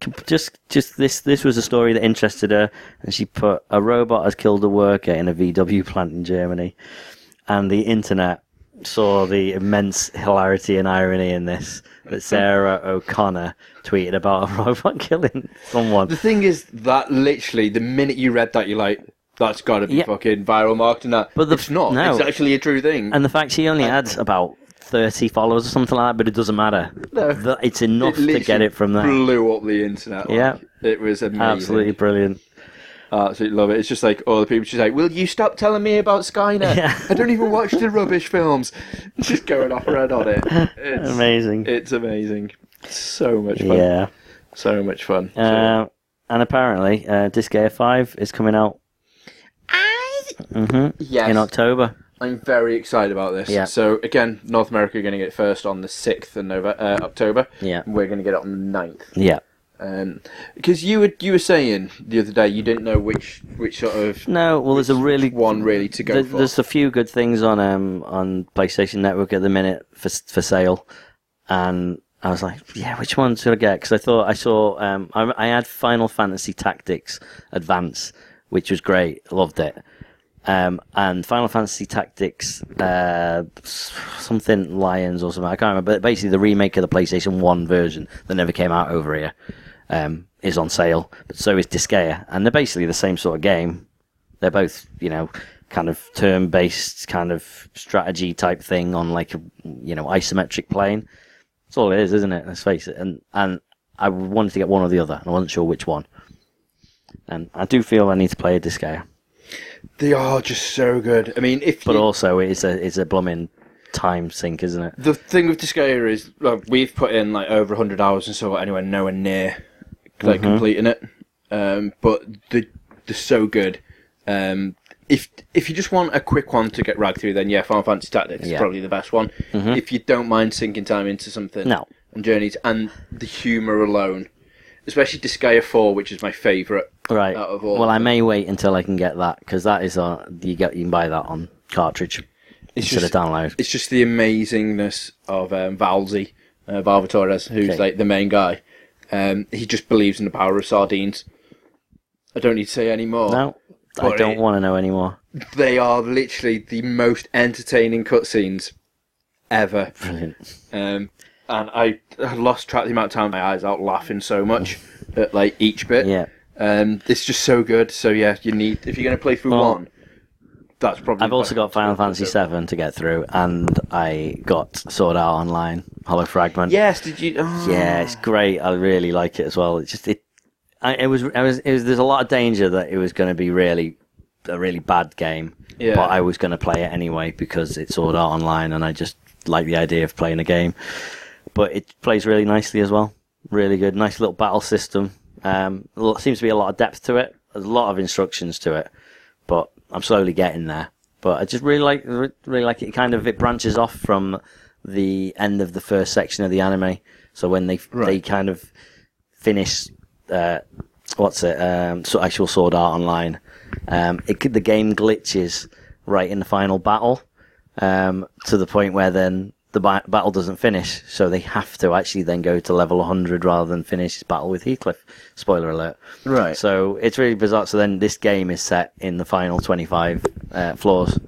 Com- Just, just this. This was a story that interested her, and she put a robot has killed a worker in a VW plant in Germany, and the internet saw the immense hilarity and irony in this that Sarah O'Connor tweeted about a robot killing someone. The thing is that literally, the minute you read that, you're like, "That's got to be Yeah. fucking viral marketing." That, But but the- it's not. no. It's actually a true thing. And the fact she only had about 30 followers or something like that, but it doesn't matter. No. Th- It's enough to literally get it from there. Blew up the internet. like, Yeah. it was amazing. Absolutely Absolutely, brilliant. absolutely love it. It's just like all the people. She's like, "Will you stop telling me about Skynet? Yeah. I don't even watch the rubbish films." Just going off red on it. It's Amazing. It's amazing. So much fun. yeah. So much fun. So- Uh, and apparently, uh, Disc Air 5 is coming out mhm, yes. in October. I'm very excited about this. Yeah. So again, North America are going to get it first on the sixth of Nova, uh, October. Yeah. We're going to get it on the 9th. Yeah. Because you were you were saying the other day you didn't know which which sort of No, well, there's a really one really to go there- for. There's a few good things on um on PlayStation Network at the minute for s- for sale, and I was like, yeah, which one should I get? Because I thought I saw um I, I had Final Fantasy Tactics Advance, which was great, loved it. Um, and Final Fantasy Tactics, uh, s- something Lions or something, I can't remember, but basically the remake of the PlayStation 1 version that never came out over here, um, is on sale, but so is Disgaea. And they're basically the same sort of game, they're both you know kind of turn based kind of strategy type thing on like a you know isometric plane that's all it is isn't it let's face it and and i wanted to get one or the other and i wasn't sure which one and i do feel i need to play a disgaea They are just so good. I mean, if but you, also it's a it's a blooming time sink isn't it the thing with Disgaea is like, we've put in like over hundred hours and so we're anywhere nowhere near like Mm-hmm. completing it. Um, but the they're so good. Um, if if you just want a quick one to get ragged through, then yeah, Final Fantasy Tactics Yeah. Mm-hmm. is probably the best one. If you don't mind sinking time into something, No. and journeys and the humor alone, especially Disgaea Four, which is my favorite. right Out of all well of i may wait until i can get that because that is on you get you can buy that on cartridge It's instead just- of download it's just the amazingness of um, Valzi, uh, Valva Torres, who's Okay. like the main guy. Um, he just believes in the power of sardines. I don't need to say any more. no i but don't it- want to know anymore They are literally the most entertaining cutscenes ever. brilliant Um, and I, I lost track of the amount of time my eyes out laughing so much at like each bit. yeah Um, it's just so good. So yeah, you need if you're going to play through Well, one. That's probably. I've also got Final Fantasy stuff. VII to get through, and I got Sword Art Online Hollow Fragment. Yes, did you? Oh. yeah, it's great. I really like it as well. It's just it, I, it was, I was, it was. There's a lot of danger that it was going to be really a really bad game, Yeah. but I was going to play it anyway because it's Sword Art Online, and I just like the idea of playing a game. But it plays really nicely as well. Really good, nice little battle system. Um, a lot- seems to be a lot of depth to it. There's a lot of instructions to it but I'm slowly getting there. But I just really like really like it. Kind of it branches off from the end of the first section of the anime. So when they they Right. kind of finish, uh, what's it? Um, so actual Sword Art Online. Um, it could- the game glitches right in the final battle um, to the point where then the ba- battle doesn't finish. So they have to actually then go to level 100 rather than finish this battle with Heathcliff. Spoiler alert. Right. So it's really bizarre. So then this game is set in the final 25 uh, floors.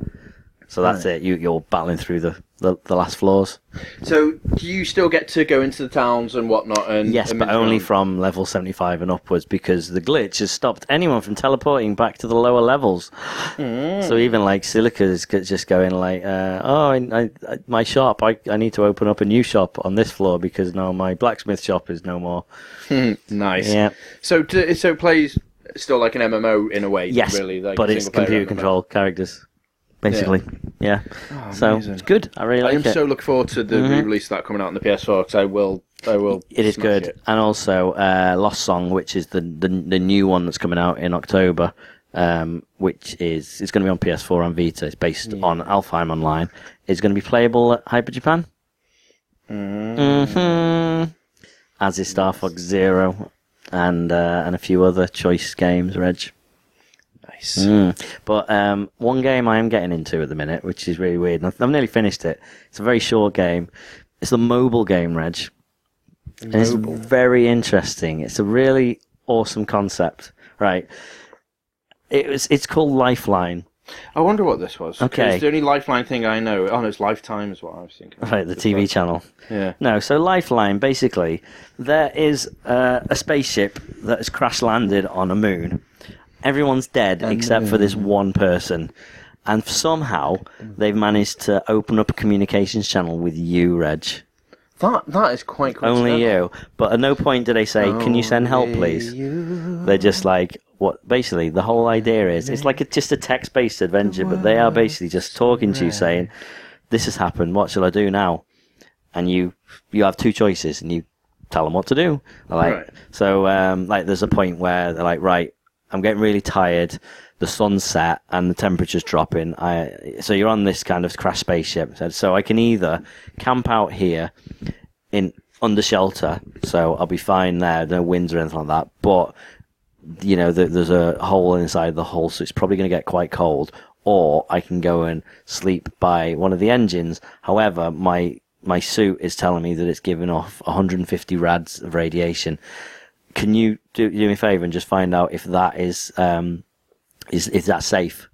So that's it. You, you're battling through the, the, the last floors. So do you still get to go into the towns and whatnot? And Yes, and but mince only around? from level 75 and upwards because the glitch has stopped anyone from teleporting back to the lower levels. Hmm. So even like Silica is g- just going like, uh, oh, I, I, I- my shop, I, I need to open up a new shop on this floor because now my blacksmith shop is no more. Hmm, nice. Yeah. So to, so it plays still like an MMO in a way. Yes, really. Like but a it's single player computer MMO. control characters, basically. Yeah. Oh, so amazing. it's good. I really I like am it. Mm-hmm. so looking forward to the re-release of that coming out on the PS4 because I will. I will. It is smash good, it. and also uh, Lost Song, which is the, the the new one that's coming out in October, um, which is it's going to be on PS4 and Vita. It's based on Alfheim Online. It's going to be playable at Hyper Japan. Mm-hmm. hmm As is Star Fox Zero, and uh, and a few other choice games, Reg. Nice. Mm. But um, one game I am getting into at the minute, which is really weird. and I've, I've nearly finished it. It's a very short game. It's a mobile game, Reg. And it's very interesting. It's a really awesome concept. Right. It was. It's called Lifeline. I wonder what this was. 'cause Okay. It's the only Lifeline thing I know. Oh, no, it's Lifetime is what I was thinking. of. Right, the TV channel. Yeah. No, so Lifeline, basically, there is uh, a spaceship that has crash landed on a moon. Everyone's dead except for this one person. And somehow they've managed to open up a communications channel with you, Reg. That that is quite cool. Only you. But at no point do they say, Can you send Oh, help, please? They're just like, what? Basically, the whole idea is it's like a, just a text based adventure, but they are basically just talking to you saying, This has happened. What shall I do now? and you you have two choices and you tell them what to do like Right. so um like there's a point where they're like right i'm getting really tired the sun's set and the temperature's dropping i so you're on this kind of crash spaceship so i can either camp out here in under shelter, so I'll be fine there. No winds or anything like that. But you know, th there's a hole inside the hole, so it's probably going to get quite cold. Or I can go and sleep by one of the engines. However, my my suit is telling me that it's giving off 150 rads of radiation. Can you do, do me a favor and just find out if that is um, is is that safe?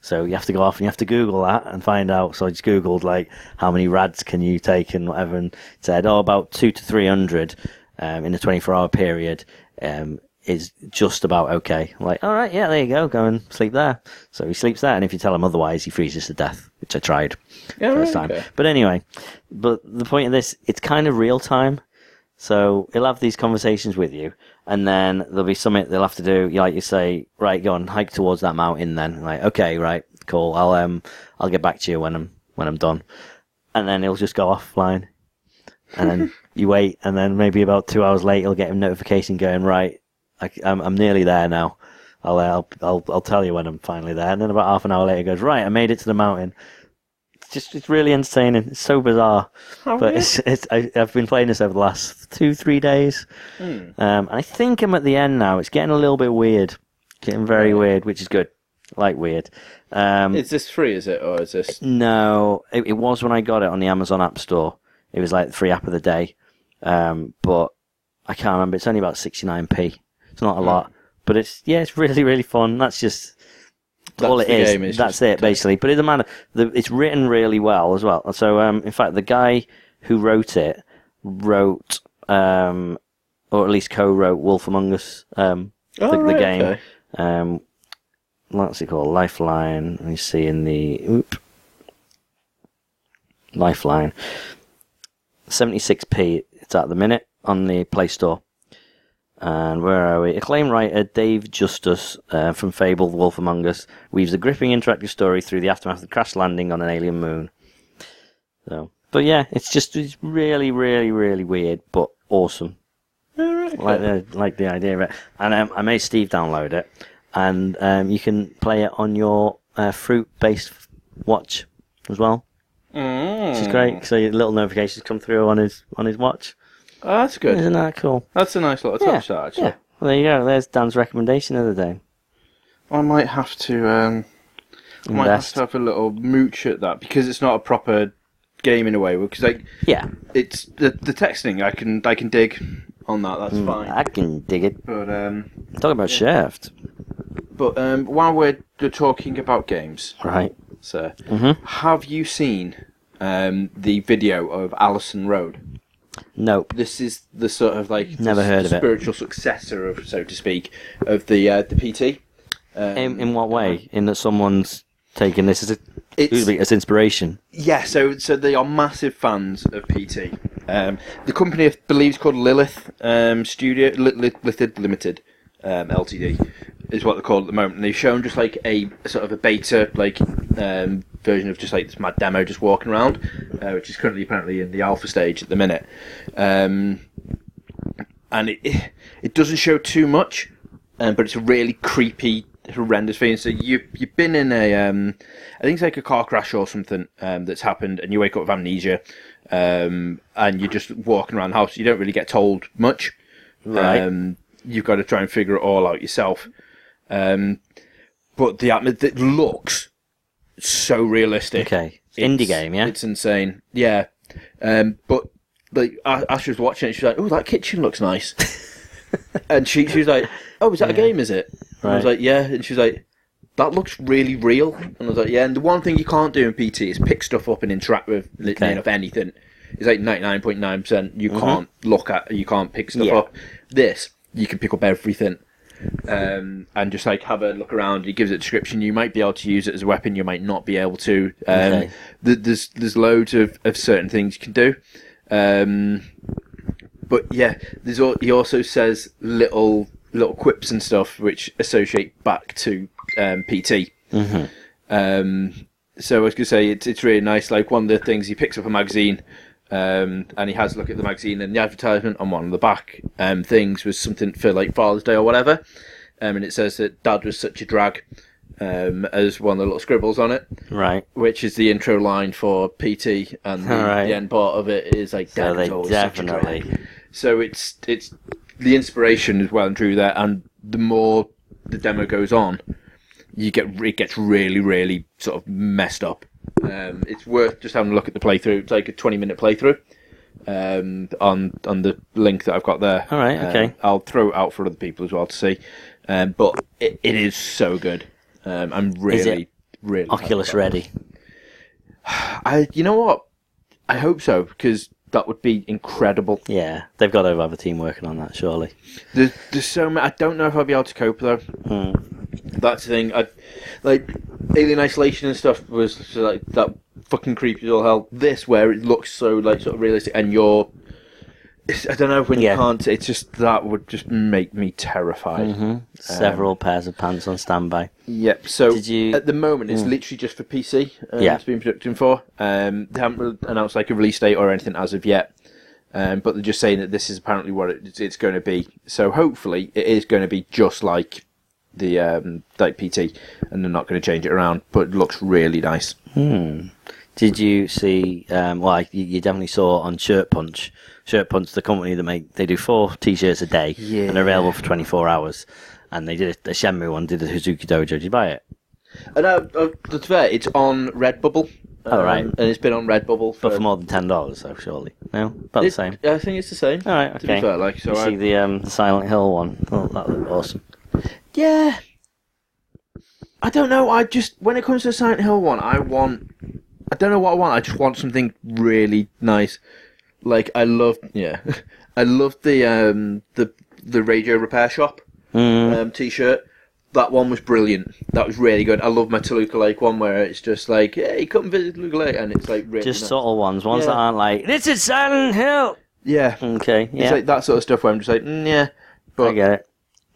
So you have to go off and you have to Google that and find out. So I just Googled like how many rads can you take and whatever, and it said oh about two to three hundred um, in a twenty four hour period um, is just about okay. I'm like all right, yeah, there you go, go and sleep there. So he sleeps there, and if you tell him otherwise, he freezes to death, which I tried Yeah, first right, time. okay. But anyway, but the point of this, it's kind of real time. So he'll have these conversations with you, and then there'll be something they'll have to do. Like you say, right, go on, hike towards that mountain. Then like, okay, right, cool. I'll um, I'll get back to you when I'm when I'm done. And then he'll just go offline, and then you wait, and then maybe about two hours later, you'll get a notification going right. I, am I'm nearly there now. I'll, uh, I'll I'll I'll tell you when I'm finally there. And then about half an hour later, he goes right. I made it to the mountain. It's just it's really entertaining. It's so bizarre but it's, it's I, I've been playing this over the last two three days, um, and I think I'm at the end now. It's getting a little bit weird, getting very weird, which is good. Like weird. Um, Is this free? Is it or is this? no, it, it was when I got it on the Amazon App Store. It was like the free app of the day, um, but I can't remember. It's only about sixty nine p. It's not a Hmm. lot, but it's yeah, it's really really fun. That's just all it That's the is. game, it's That's just- it basically. But it doesn't matter. The, it's written really well as well. So um, in fact, the guy who wrote it wrote, um, or at least co-wrote Wolf Among Us, um, Oh, the, the right, game. okay. Um, what's it called? Lifeline. Let me see in the oop. Lifeline. 76p. It's at the minute on the Play Store. And where are we? Acclaimed writer Dave Justice uh, from Fable: The Wolf Among Us weaves a gripping interactive story through the aftermath of the crash landing on an alien moon. So, but yeah, it's just it's really, really, really weird, but awesome like the like the idea of it. And um, I made Steve download it, and um, you can play it on your uh, fruit based watch as well, Mm. which is great. So your little notifications come through on his on his watch. Oh, that's good. Isn't that cool? That's a nice little touch, that, actually. yeah. Well, there you go. There's Dan's recommendation of the day. I might have to. Um, I might have Invest. to have a little mooch at that because it's not a proper game in a way. Because like Yeah, it's the the texting, I can I can dig on that. That's fine. I can dig it. But um, Talking about Shaft, but um, while we're we're talking about games, right? sir, Mm-hmm. have you seen um the video of Allison Road? Nope. this is the sort of like Never the, heard the of it. spiritual successor of so to speak of the uh, the PT. Um, In, in what way? In that someone's taken this as a It's- as inspiration. yeah, so so they are massive fans of PT. Um, the company I believe is called Lilith um, Studio Li- Li- Lithid Limited um, Ltd is what they're called at the moment, and they've shown just like a sort of a beta like um, version of just like this mad demo just walking around, uh, which is currently apparently in the alpha stage at the minute. Um, and it it doesn't show too much, um, but it's a really creepy, horrendous thing. So you you've been in a um, I think it's like a car crash or something um, that's happened, and you wake up with amnesia, um, and you're just walking around the house. You don't really get told much. Right. Um, you've got to try and figure it all out yourself. Um, but the atmosphere that looks so realistic. Okay. Indie It's- game, yeah. It's insane. Yeah. Um, but like A- Ash was watching it, she was like, "Oh, that kitchen looks nice," and she she was like, "Oh, is that a game? Is it?" And I was Right. like, "Yeah," and she was like, "That looks really real," and I was like, "Yeah." And the one thing you can't do in PT is pick stuff up and interact with literally Okay. Mm-hmm. enough anything. It's like ninety nine point nine percent you can't look at, you can't pick stuff Yeah. up. This you can pick up everything. Um, and just like have a look around. It gives it a description. You might be able to use it as a weapon. You might not be able to. Um, Okay. th- there's there's loads of, of certain things you can do. Um, but yeah, there's all, he also says little little quips and stuff which associate back to um, PT. Um, so I was gonna say it's it's really nice. Like one of the things he picks up a magazine, um, and he has a look at the magazine and the advertisement on one of the back um, things was something for like Father's Day or whatever, um, and it says that Dad was such a drag, um, as one of the little scribbles on it, Right. which is the intro line for PT, and the, All right. the end part of it is like So Dad they was always such a drag." definitely. So it's it's the inspiration is well and true there, and the more the demo goes on, you get it gets really really sort of messed up. Um, it's worth just having a look at the playthrough. It's like a twenty minute playthrough um, on on the link that I've got there. All right, Um, okay. I'll throw it out for other people as well to see, um, but it, it is so good. Um, I'm really really happy Oculus about ready. it. I you know what? I hope so because that would be incredible. Yeah, they've got to have a team working on that, surely. There's, there's so many. I don't know if I'll be able to cope though. That's the thing. I like Alien Isolation and stuff was so, like that fucking creepy as all hell. This where it looks so like sort of realistic and you're. It's, I don't know when Yeah. you can't. It's just that would just make me terrified. hmm Several Um, pairs of pants on standby. Yep. So Did you- Hmm. at the moment, it's literally just for PC. Um, Yeah. It's been producing for. Um, they haven't really announced like a release date or anything as of yet. Um, but they're just saying that this is apparently what it, it's going to be. So hopefully, it is going to be just like the um, like PT, and they're not going to change it around. But it looks really nice. hmm. Did you see? Um, well, I- you, you definitely saw on Shirt Punch. Shirt Punch, the company that make they do four t-shirts a day and they're available for 24 hours. And they did a, a Shenmue one, did a Hazuki Dojo. Did you buy it? And uh, uh, to be fair, it's on Redbubble. Um, Oh, right. And it's been on Redbubble for, But for more than ten dollars, though, surely. No, about the Uh, It- same. I think it's the same. All right, okay. To be fair, like so. you I, see the um, the Silent Hill one? Oh, that looked awesome. Yeah. I don't know. I just when it comes to the Silent Hill one, I want. I don't know what I want. I just want something really nice. Like I love, yeah, I love the um the the radio repair shop Mm, um t-shirt. That one was brilliant. That was really good. I love my Toluca Lake one where it's just like, hey, come visit Toluca Lake, and it's like really just nice. subtle ones, ones Yeah. that aren't like this is Silent Hill. yeah, Okay, Hmm, yeah, it's like that sort of stuff where I'm just like, mm, yeah, but I get it.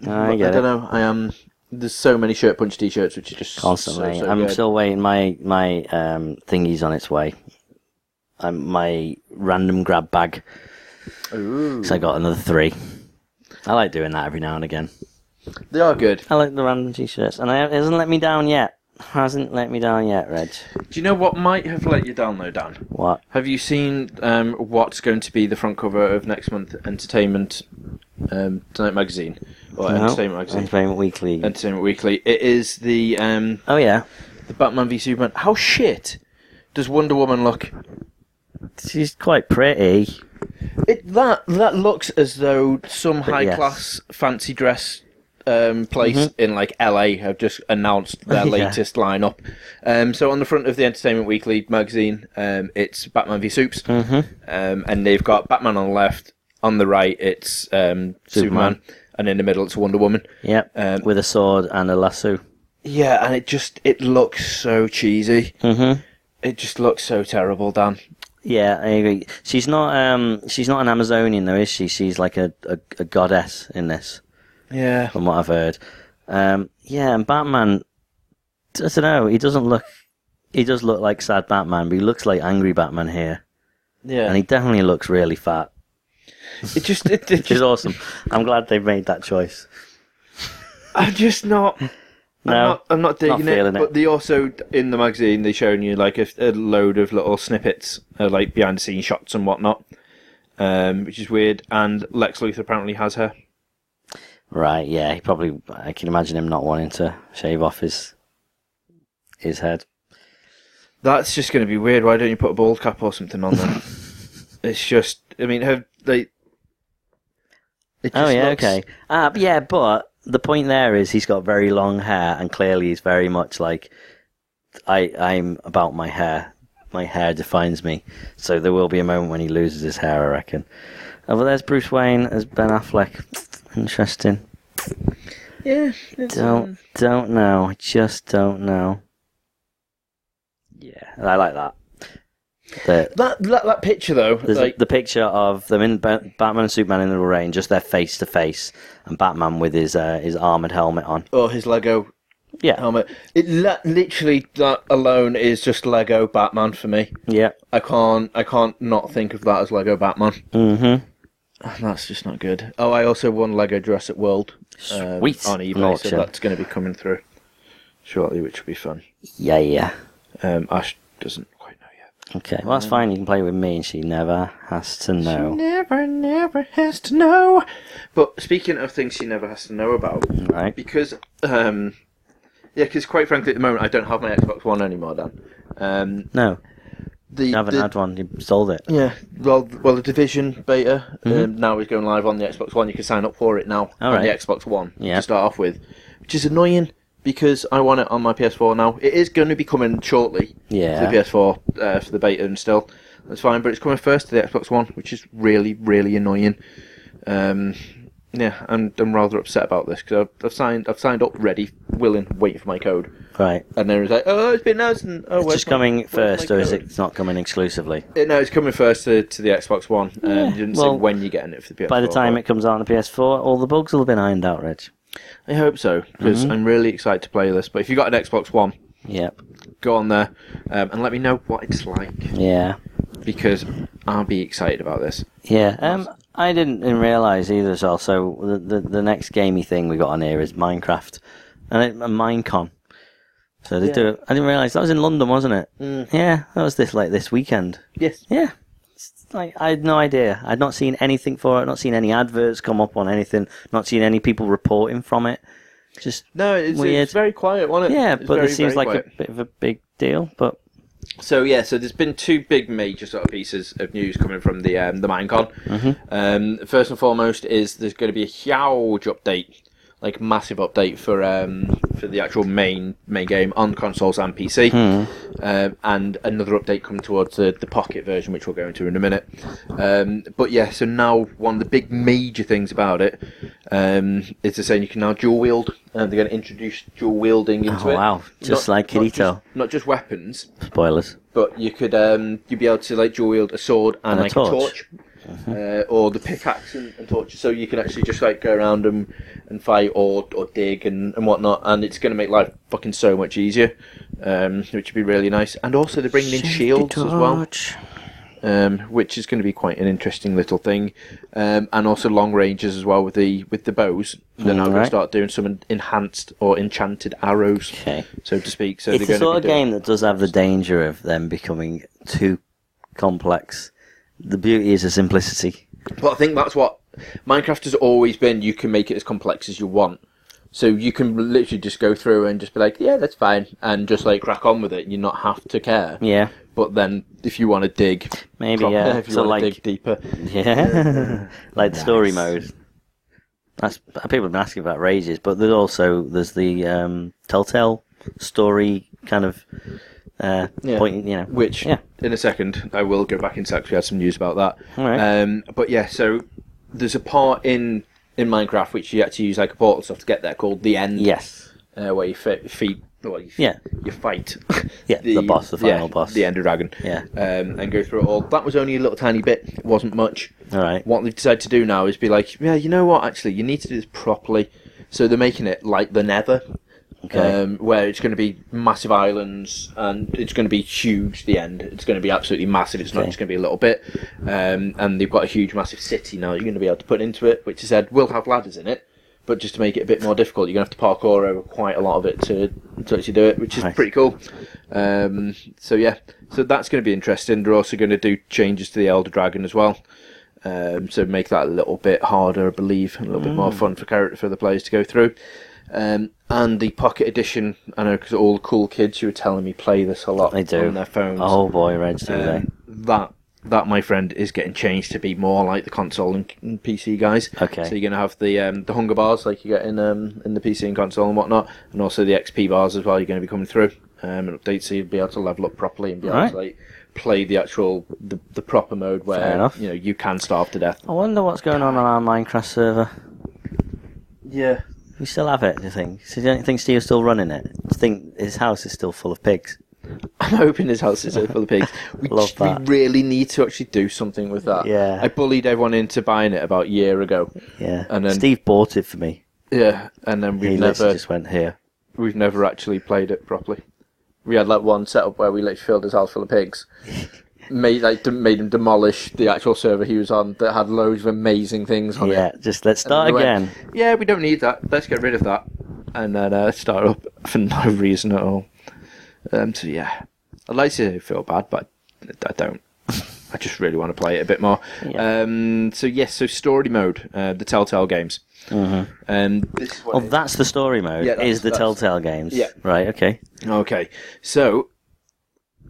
I but get I don't it. know. I um, there's so many shirt punch t-shirts which are just so, Constantly, so I'm good. still waiting. My my um thingy's on its way. Um, my random grab bag. Ooh. So I got another three. I like doing that every now and again. They are good. I like the random t-shirts, and I, it hasn't let me down yet. Hasn't let me down yet, Reg. Do you know what might have let you down though, Dan? What? Have you seen um, what's going to be the front cover of next month Entertainment um, Tonight magazine or No. Entertainment magazine? Entertainment Weekly. Entertainment Weekly. It is the um, oh yeah, the Batman v Superman. How shit does Wonder Woman look? she's quite pretty. It that that looks as though some high class fancy dress um, place in like LA have just announced their Yeah. latest lineup. Um, so on the front of the Entertainment Weekly magazine, um, it's Batman v Supes, um, and they've got Batman on the left, on the right it's um, Superman. Superman. and in the middle it's Wonder Woman. Yep, Um, with a sword and a lasso. Yeah, and it just it looks so cheesy. Mm-hmm. It just looks so terrible, Dan. Yeah, I agree. She's not. Um, she's not an Amazonian though, is she? She's like a, a, a goddess in this, Yeah, from what I've heard. Um, yeah, and Batman. I don't know. He doesn't look. He does look like sad Batman, but he looks like angry Batman here, yeah. and he definitely looks really fat, It just it, it which is just awesome. I'm glad they've made that choice. I'm just not. No, I'm not, I'm not digging feeling it, it. But they also in the magazine they're showing you like a, a load of little snippets, uh, like behind the scenes shots and whatnot, um, which is weird. And Lex Luthor apparently has her. right? Yeah, he probably. I can imagine him not wanting to shave off his his head. That's just going to be weird. Why don't you put a bald cap or something on there? it's just, I mean, have they? it Oh just yeah, looks- okay. Uh, but yeah, but the point there is he's got very long hair, and clearly he's very much like I. I'm about my hair. My hair defines me. So there will be a moment when he loses his hair, I reckon. Oh, well, there's Bruce Wayne as Ben Affleck. Interesting. Yeah. it's, Don't um, don't know. I just don't know. Yeah, I like that. The, That, that that picture though, there's like the picture of them in Ba- Batman and Superman in the rain, just their face to face, and Batman with his uh, his armored helmet on. or oh, his Lego Yeah, helmet. It li- literally that alone is just Lego Batman for me. yeah. I can't I can't not think of that as Lego Batman. Mm-hmm. That's just not good. Oh, I also won Lego Jurassic World um, Sweet. on eBay, An so auction. that's going to be coming through. shortly, which will be fun. Yeah, yeah. Um, Ash doesn't quite know yet. Okay, well, that's fine. You can play with me, and she never has to know. Never, never has to know. But speaking of things she never has to know about, Right? because um, yeah, because quite frankly, at the moment, I don't have my Xbox One anymore, Dan. Um, No, the, you haven't the- had one. You sold it. Yeah, well, well, the Division beta um, now is going live on the Xbox One. You can sign up for it now Mm-hmm. All on right. the Xbox One Yeah. to start off with, which is annoying because I want it on my PS4 now. It is going to be coming shortly to Yeah. the PS4 uh, for the beta and still. That's fine, but it's coming first to the Xbox One, which is really, really annoying. Um, yeah, I'm, I'm rather upset about this because I've, I've signed, I've signed up, ready, willing, waiting for my code, Right. and then it's like, oh, it's been announced. And, oh, It's where's just my- coming where's my first, or is code? it it's not coming exclusively? Uh, No, it's coming first to, to the Xbox One. Um, Yeah, you didn't well, say when you're getting it for the PS4. By the time but it comes out on the PS4, all the bugs will have been ironed out, Rich. I hope so because Mm-hmm. I'm really excited to play this. But if you got an Xbox One, Yep. go on there um, and let me know what it's like Yeah. because I'll be excited about this. Yeah. Um, I didn't realise either as well. So the, the the next gamey thing we got on here is Minecraft, and it, and Minecon. So they Yeah. do. I didn't realise that was in London, wasn't it? Mm. Yeah, that was this like this weekend. Yes. Yeah. It's Like I had no idea. I'd not seen anything for it. Not seen any adverts come up on anything. Not seen any people reporting from it. Just No, it's, Weird. it's very quiet, wasn't it? yeah, It's but very, it seems very like quiet. a bit of a big deal. But So yeah, so there's been two big major sort of pieces of news coming from the um, the Minecon. Mm-hmm. Um, first and foremost is there's going to be a huge update, like massive update for um, for the actual main main game on consoles and PC, Mm-hmm. um, and another update coming towards the, the Pocket version, which we'll go into in a minute. Um, but yeah, so now one of the big major things about it um, is they're saying you can now dual wield. Uh, they're going to introduce dual wielding into Oh, it. wow. Just like not Kirito. just- not just weapons spoilers. but you could um, you'd be able to like dual wield a sword And and, a like torch. Mm-hmm. a torch, uh, or the pickaxe and, and torch. So you can actually just like go around and and fight or or dig and, and whatnot, and it's going to make life fucking so much easier, um, which would be really nice. And also they're bringing in shields as well, Torch. um, which is going to be quite an interesting little thing, um, and also long ranges as well with the with the bows. They're now going Alright. to start doing some en- enhanced or enchanted arrows, Okay. so to speak. So It's they're the going sort to of be doing- game that does have the danger of them becoming too complex. The beauty is the simplicity. But I think that's what Minecraft has always been. You can make it as complex as you want. So you can literally just go through and just be like, yeah, that's fine, and just like crack on with it. You not have to care. Yeah. But then if you want to dig, Maybe, proper- yeah. if you So, want to like- dig deeper, Yeah. like the story mode. That's people have been asking about rages, but there's also there's the um, telltale story kind of uh, Yeah. point. You know, which yeah, in a second I will go back into actually had some news about that. All right. Um, but yeah, so there's a part in in Minecraft which you actually use like a portal stuff to get there called the end. yes, uh, where you fi- feet, well, you, Yeah. you fight, Yeah, the boss, the final boss. the Ender Dragon, Yeah. um, and go through it all. That was only a little tiny bit; it wasn't much. all right, What they've decided to do now is be like, yeah, you know what? Actually, you need to do this properly. So they're making it like the Nether, okay, um, where it's going to be massive islands and it's going to be huge. The end, it's going to be absolutely massive. It's not Okay. just going to be a little bit. Um, and they've got a huge, massive city now. You're going to be able to put into it, which is said will have ladders in it, but just to make it a bit more difficult, you're going to have to parkour over quite a lot of it to to actually do it, which is Nice. pretty cool. Um, so yeah, so that's going to be interesting. They're also going to do changes to the Elder Dragon as well. Um, so make that a little bit harder, I believe, and a little bit Mm. more fun for character for the players to go through. Um, and the Pocket Edition, I know because all the cool kids who are telling me play this a lot they do on their phones. Oh boy, reg, do they? Um, that that my friend is getting changed to be more like the console and, and PC guys. Okay. So you're gonna have the um, the hunger bars like you get in um, in the PC and console and whatnot, and also the XP bars as well. You're gonna be coming through um, and updates so you'll be able to level up properly and be able Alright. to like play the actual the, the proper mode Fair where enough. you know you can starve to death. I wonder what's going on on our Minecraft server. Yeah. We still have it, do you think? So do you think Steve's still running it? Do you think his house is still full of pigs? I'm hoping his house is over for the pigs. We, Love j- we that. really need to actually do something with that. Yeah. I bullied everyone into buying it about a year ago. Yeah. And then- Steve bought it for me. Yeah. And then we've He never literally just went here. we've never actually played it properly. We had like one setup where we literally filled his house full of pigs, made like dem- made him demolish the actual server he was on that had loads of amazing things on Yeah, it. just let's And then start we again. went, yeah, we don't need that. Let's get rid of that, and then uh, start up for no reason at all. Um, so yeah, I'd like to feel bad, but I don't. I just really want to play it a bit more. Yeah. Um, so yes, so story mode, uh, the Telltale games. Mm-hmm. Um, this is what Oh, it is. that's the story mode. Yeah, is that's- the that's- Telltale games? Yeah. Right. Okay. Okay, so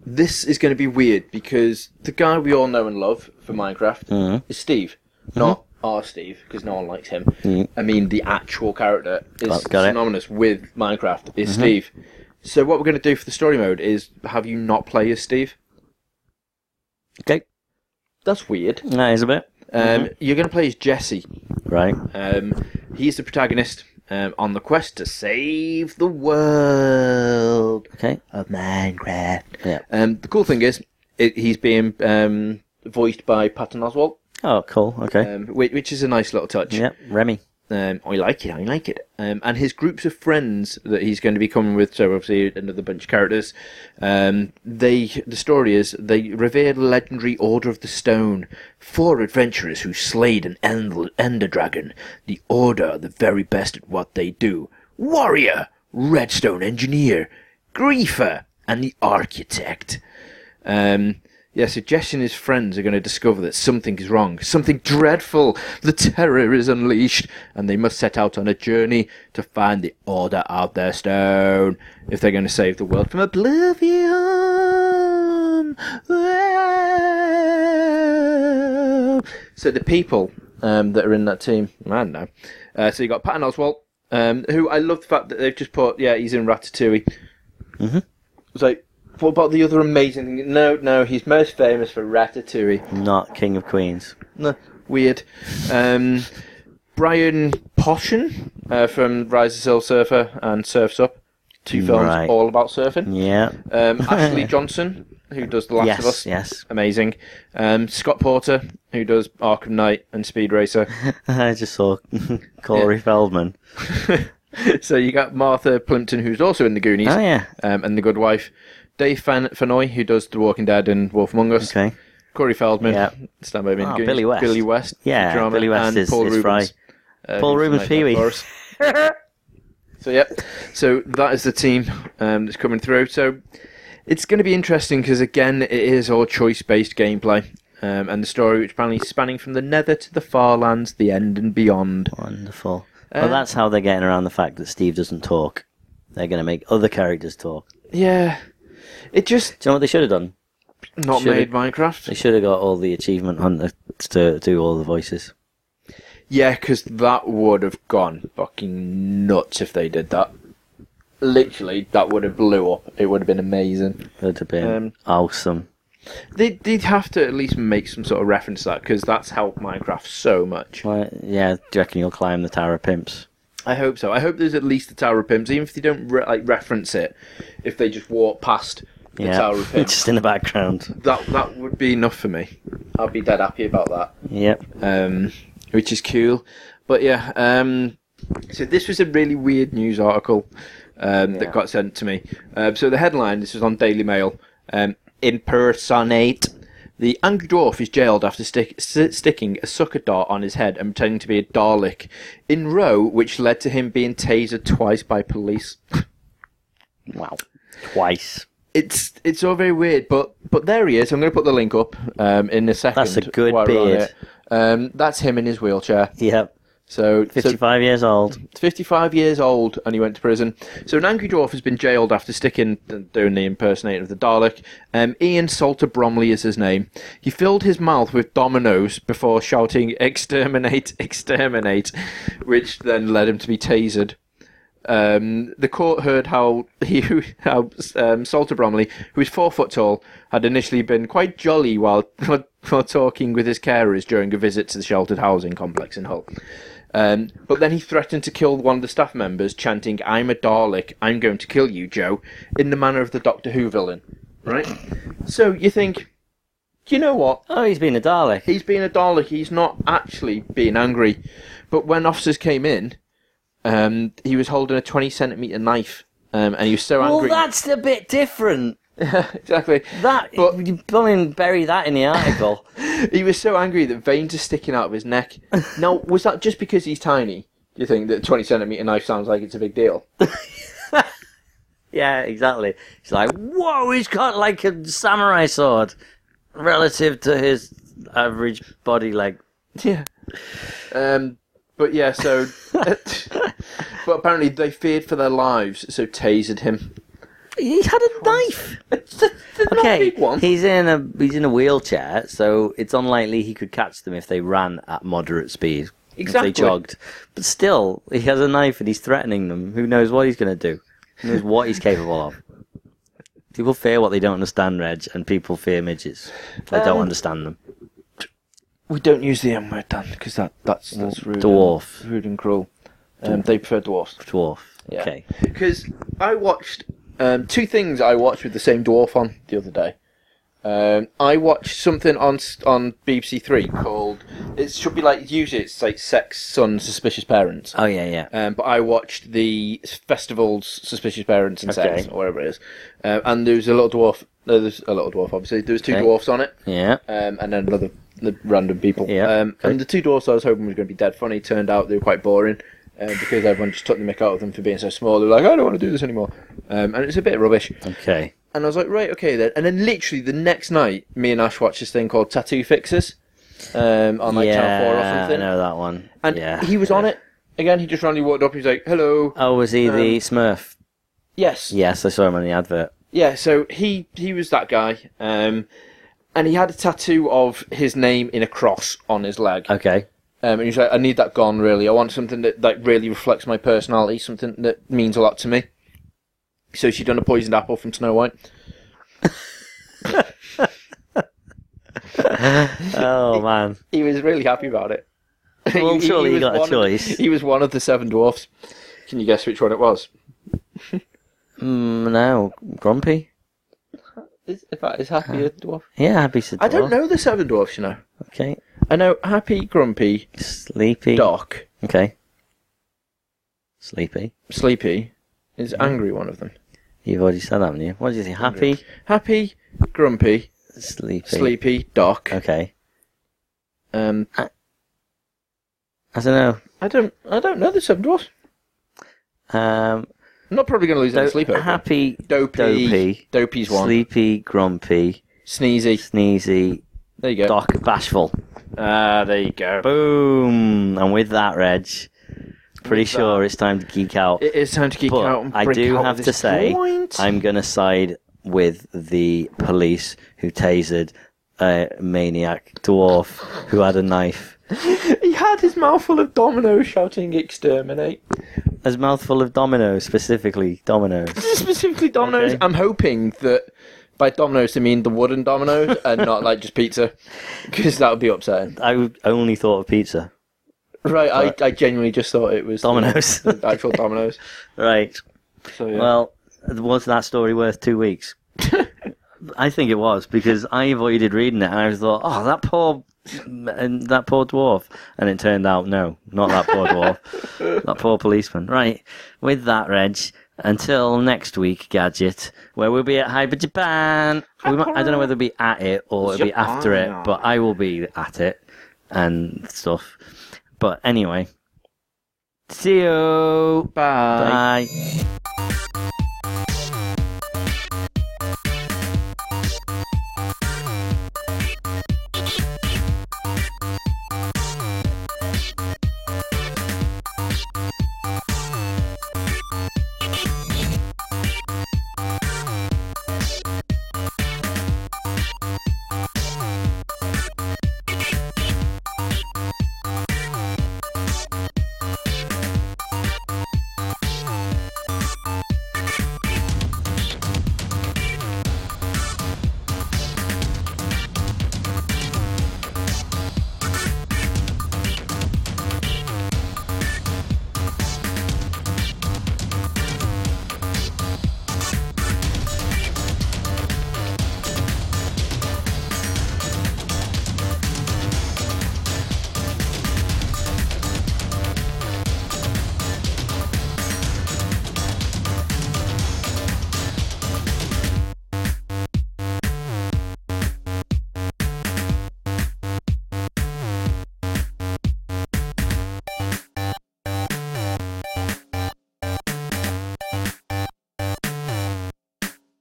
this is going to be weird because the guy we all know and love for Minecraft Mm-hmm. is Steve, not our Steve, because no one likes him. I mean, the actual character is Mm-hmm. Got- got it. Mm-hmm. synonymous with Minecraft is Steve. So what we're going to do for the story mode is have you not play as Steve. Okay. That's weird. That is a bit. Um, You're going to play as Jesse. Right. Um, he's the protagonist um, on the quest to save the world Okay. of Minecraft. Yeah. Um, the cool thing is, it, he's being um, voiced by Patton Oswalt, Oh, cool. Okay. um, which, which is a nice little touch. yep. Remy. Um, I like it. I like it. Um, and his groups of friends that he's going to be coming with, so obviously another bunch of characters. Um, they the story is they revered the legendary Order of the Stone, four adventurers who slayed an end- Ender Dragon. The Order are the very best at what they do. Warrior, Redstone Engineer, Griefer, and the Architect. Um, yeah, so Jess and his friends are going to discover that something is wrong, something dreadful. The terror is unleashed, and they must set out on a journey to find the Order of the Stone if they're going to save the world from oblivion. So the people um, that are in that team, I don't know. Uh, so you got Patton Oswalt, um, who I love the fact that they've just put, yeah, he's in Ratatouille. It's like, what about the other amazing thing? No, no, he's most famous for Ratatouille. Not King of Queens. No, weird. Um, Brian Poshen uh, from Rise of Silver Surfer and Surfs Up. Two films Right. all about surfing. Yeah. Um, Ashley Johnson, who does The Last of yes. Us. Yes. Amazing. Um, Scott Porter, who does Arkham Knight and Speed Racer. I just saw Corey Feldman. so you got Martha Plimpton, who's also in The Goonies Oh yeah. um, and The Good Wife. Dave Fan- Fanoy, who does The Walking Dead and Wolf Among Us. Okay. Corey Feldman, Yeah. Stand By Me, and Ah, Goonies, Billy West. Billy West, Yeah, drama, Billy West and is- Paul is Rubens, uh, Paul who's Rubens the Pee-wee. nightmare for us. so yep, so that is the team um, that's coming through. So it's going to be interesting because again, it is all choice-based gameplay. Um, and the story, which apparently is spanning from the Nether to the far lands, the end and beyond. Wonderful. Uh, well, that's how they're getting around the fact that Steve doesn't talk. They're going to make other characters talk. Yeah, it just Do you know what they should have done? not Should made it- Minecraft. They should have got all the achievement hunters to do all the voices. Yeah, because that would have gone fucking nuts if they did that. Literally, that would have blew up. It would have been amazing. That would have been Um, awesome. They, they'd have to at least make some sort of reference to that because that's helped Minecraft so much. Why yeah, do you reckon you'll climb the Tower of Pimps? I hope so. I hope there's at least the Tower of Pimps, even if they don't re- like reference it. If they just walk past the yeah, Tower of Pimps, just in the background. that that would be enough for me. I'd be dead happy about that. Yep. um, which is cool. But yeah, um, so this was a really weird news article um, that got sent to me. Um, so the headline this was on Daily Mail. Um, impersonate. The angry dwarf is jailed after stick, s- sticking a sucker dart on his head and pretending to be a Dalek in row, which led to him being tasered twice by police. Wow. Twice. It's it's all very weird, but but there he is. I'm going to put the link up um, in a second. That's a good while we're on beard. it. Um, that's him in his wheelchair. Yep. So so 55 years old. 55 years old and he went to prison. So an angry dwarf has been jailed after sticking doing the impersonation of the Dalek. Um, Ian Salter Bromley is his name. He filled his mouth with dominoes before shouting "exterminate, exterminate," which then led him to be tasered. Um, the court heard how he, how um, Salter Bromley, who is four foot tall, had initially been quite jolly while, while talking with his carers during a visit to the sheltered housing complex in Hull. Um, but then he threatened to kill one of the staff members, chanting, "I'm a Dalek. I'm going to kill you, Joe," in the manner of the Doctor Who villain. Right. So you think, you know what? Oh, he's been a Dalek. he's being a Dalek. He's not actually being angry. But when officers came in, um, he was holding a 20 centimeter knife, um, and he was so Well, angry. that's a bit different. exactly. That But- you blooming bury that in the article. He was so angry that veins are sticking out of his neck. now, was that just because he's tiny? Do you think that 20 centimeter knife sounds like it's a big deal? yeah, exactly. He's like, whoa, he's got like a samurai sword relative to his average body length. Yeah. Um, but yeah, so. but apparently they feared for their lives, so tasered him. He had a knife. okay. Okay, he's in a he's in a wheelchair, so it's unlikely he could catch them if they ran at moderate speed. Exactly. If they jogged, but still, he has a knife and he's threatening them. Who knows what he's going to do? Who knows what he's capable of? People fear what they don't understand, Reg, and people fear midgets. They don't Um, understand them. We don't use the M word, Dan, because that, that's, that's rude. Dwarf. And, rude and cruel. Um, they prefer dwarfs. Dwarf. Yeah. Okay. Because I watched um, two things I watched with the same dwarf on the other day. Um, I watched something on s- on BBC Three called it should be like use it, it's like Sex, Son, Suspicious Parents. Oh yeah, yeah. Um, but I watched the festival's Suspicious Parents and Sex Okay. or whatever it is, um, and there was a little dwarf. No, there's a little dwarf. Obviously, there was two Okay. dwarfs on it, Yeah. um, and then another the random people. Yeah, Um, okay. And the two dwarfs I was hoping were going to be dead funny turned out they were quite boring um, because everyone just took the mick out of them for being so small. They were like, I don't want to do this anymore. Um, and it's a bit rubbish. Okay. And I was like, right, okay then. And then literally the next night, me and Ash watched this thing called Tattoo Fixers um, on like yeah, Channel 4 or I something. know that one. And yeah. he was on yeah. it. Again, he just randomly walked up. He was like, hello. Oh, was he the Um, Smurf? Yes. Yes, I saw him on the advert. Yeah, so he he was that guy, um, and he had a tattoo of his name in a cross on his leg. Okay. Um, and he's like, I need that gone, really. I want something that, that really reflects my personality, something that means a lot to me. So she done a poisoned apple from Snow White. Oh man. He was really happy about it. Well, surely he was got a one of the- choice. he was one of the seven dwarfs. Can you guess which one it was? Mm, no, grumpy. Is, if that is Happy a dwarf? Yeah, happy to. I don't dwarf. know the seven dwarfs, you know. Okay, I know Happy, Grumpy, sleepy. Doc, Okay, sleepy. Sleepy is angry one of them. You've already said that, haven't you? What do you think? Happy, Happy, Grumpy, sleepy. Sleepy, Doc. Okay. Um, I don't I don't, I don't know the seven dwarfs. know. Um, I'm not probably going to lose any do- sleep over. it. happy, Dopey. Dopey. Dopey's one. sleepy, grumpy, Sneezy. sneezy, There you go. doc, bashful. Ah, there you go. Boom! And with that, Reg, pretty With that. sure it's time to geek out. it is time to geek But out. And I break do out have this to say, joint. I'm going to side with the police who tasered a maniac dwarf who had a knife. he had his mouthful of domino shouting exterminate. His mouthful of dominoes, specifically dominoes. Specifically dominoes. Okay. I'm hoping that by dominoes they mean the wooden dominoes and not like just pizza, because that would be upsetting. I only thought of pizza. Right, I, I genuinely just thought it was Dominoes. the actual dominoes. right. So Oh, yeah. Well, was that story worth two weeks? I think it was because I avoided reading it and I thought, oh, that poor, and that poor dwarf. And it turned out, no, not that poor dwarf, that poor policeman. Right. With that, Reg. Until next week, Gadget, where we'll be at Hyper Japan. We might, I don't know whether it'll be at it or it'll be after it, Japan. but I will be at it and stuff. But anyway, see you. bye. Bye.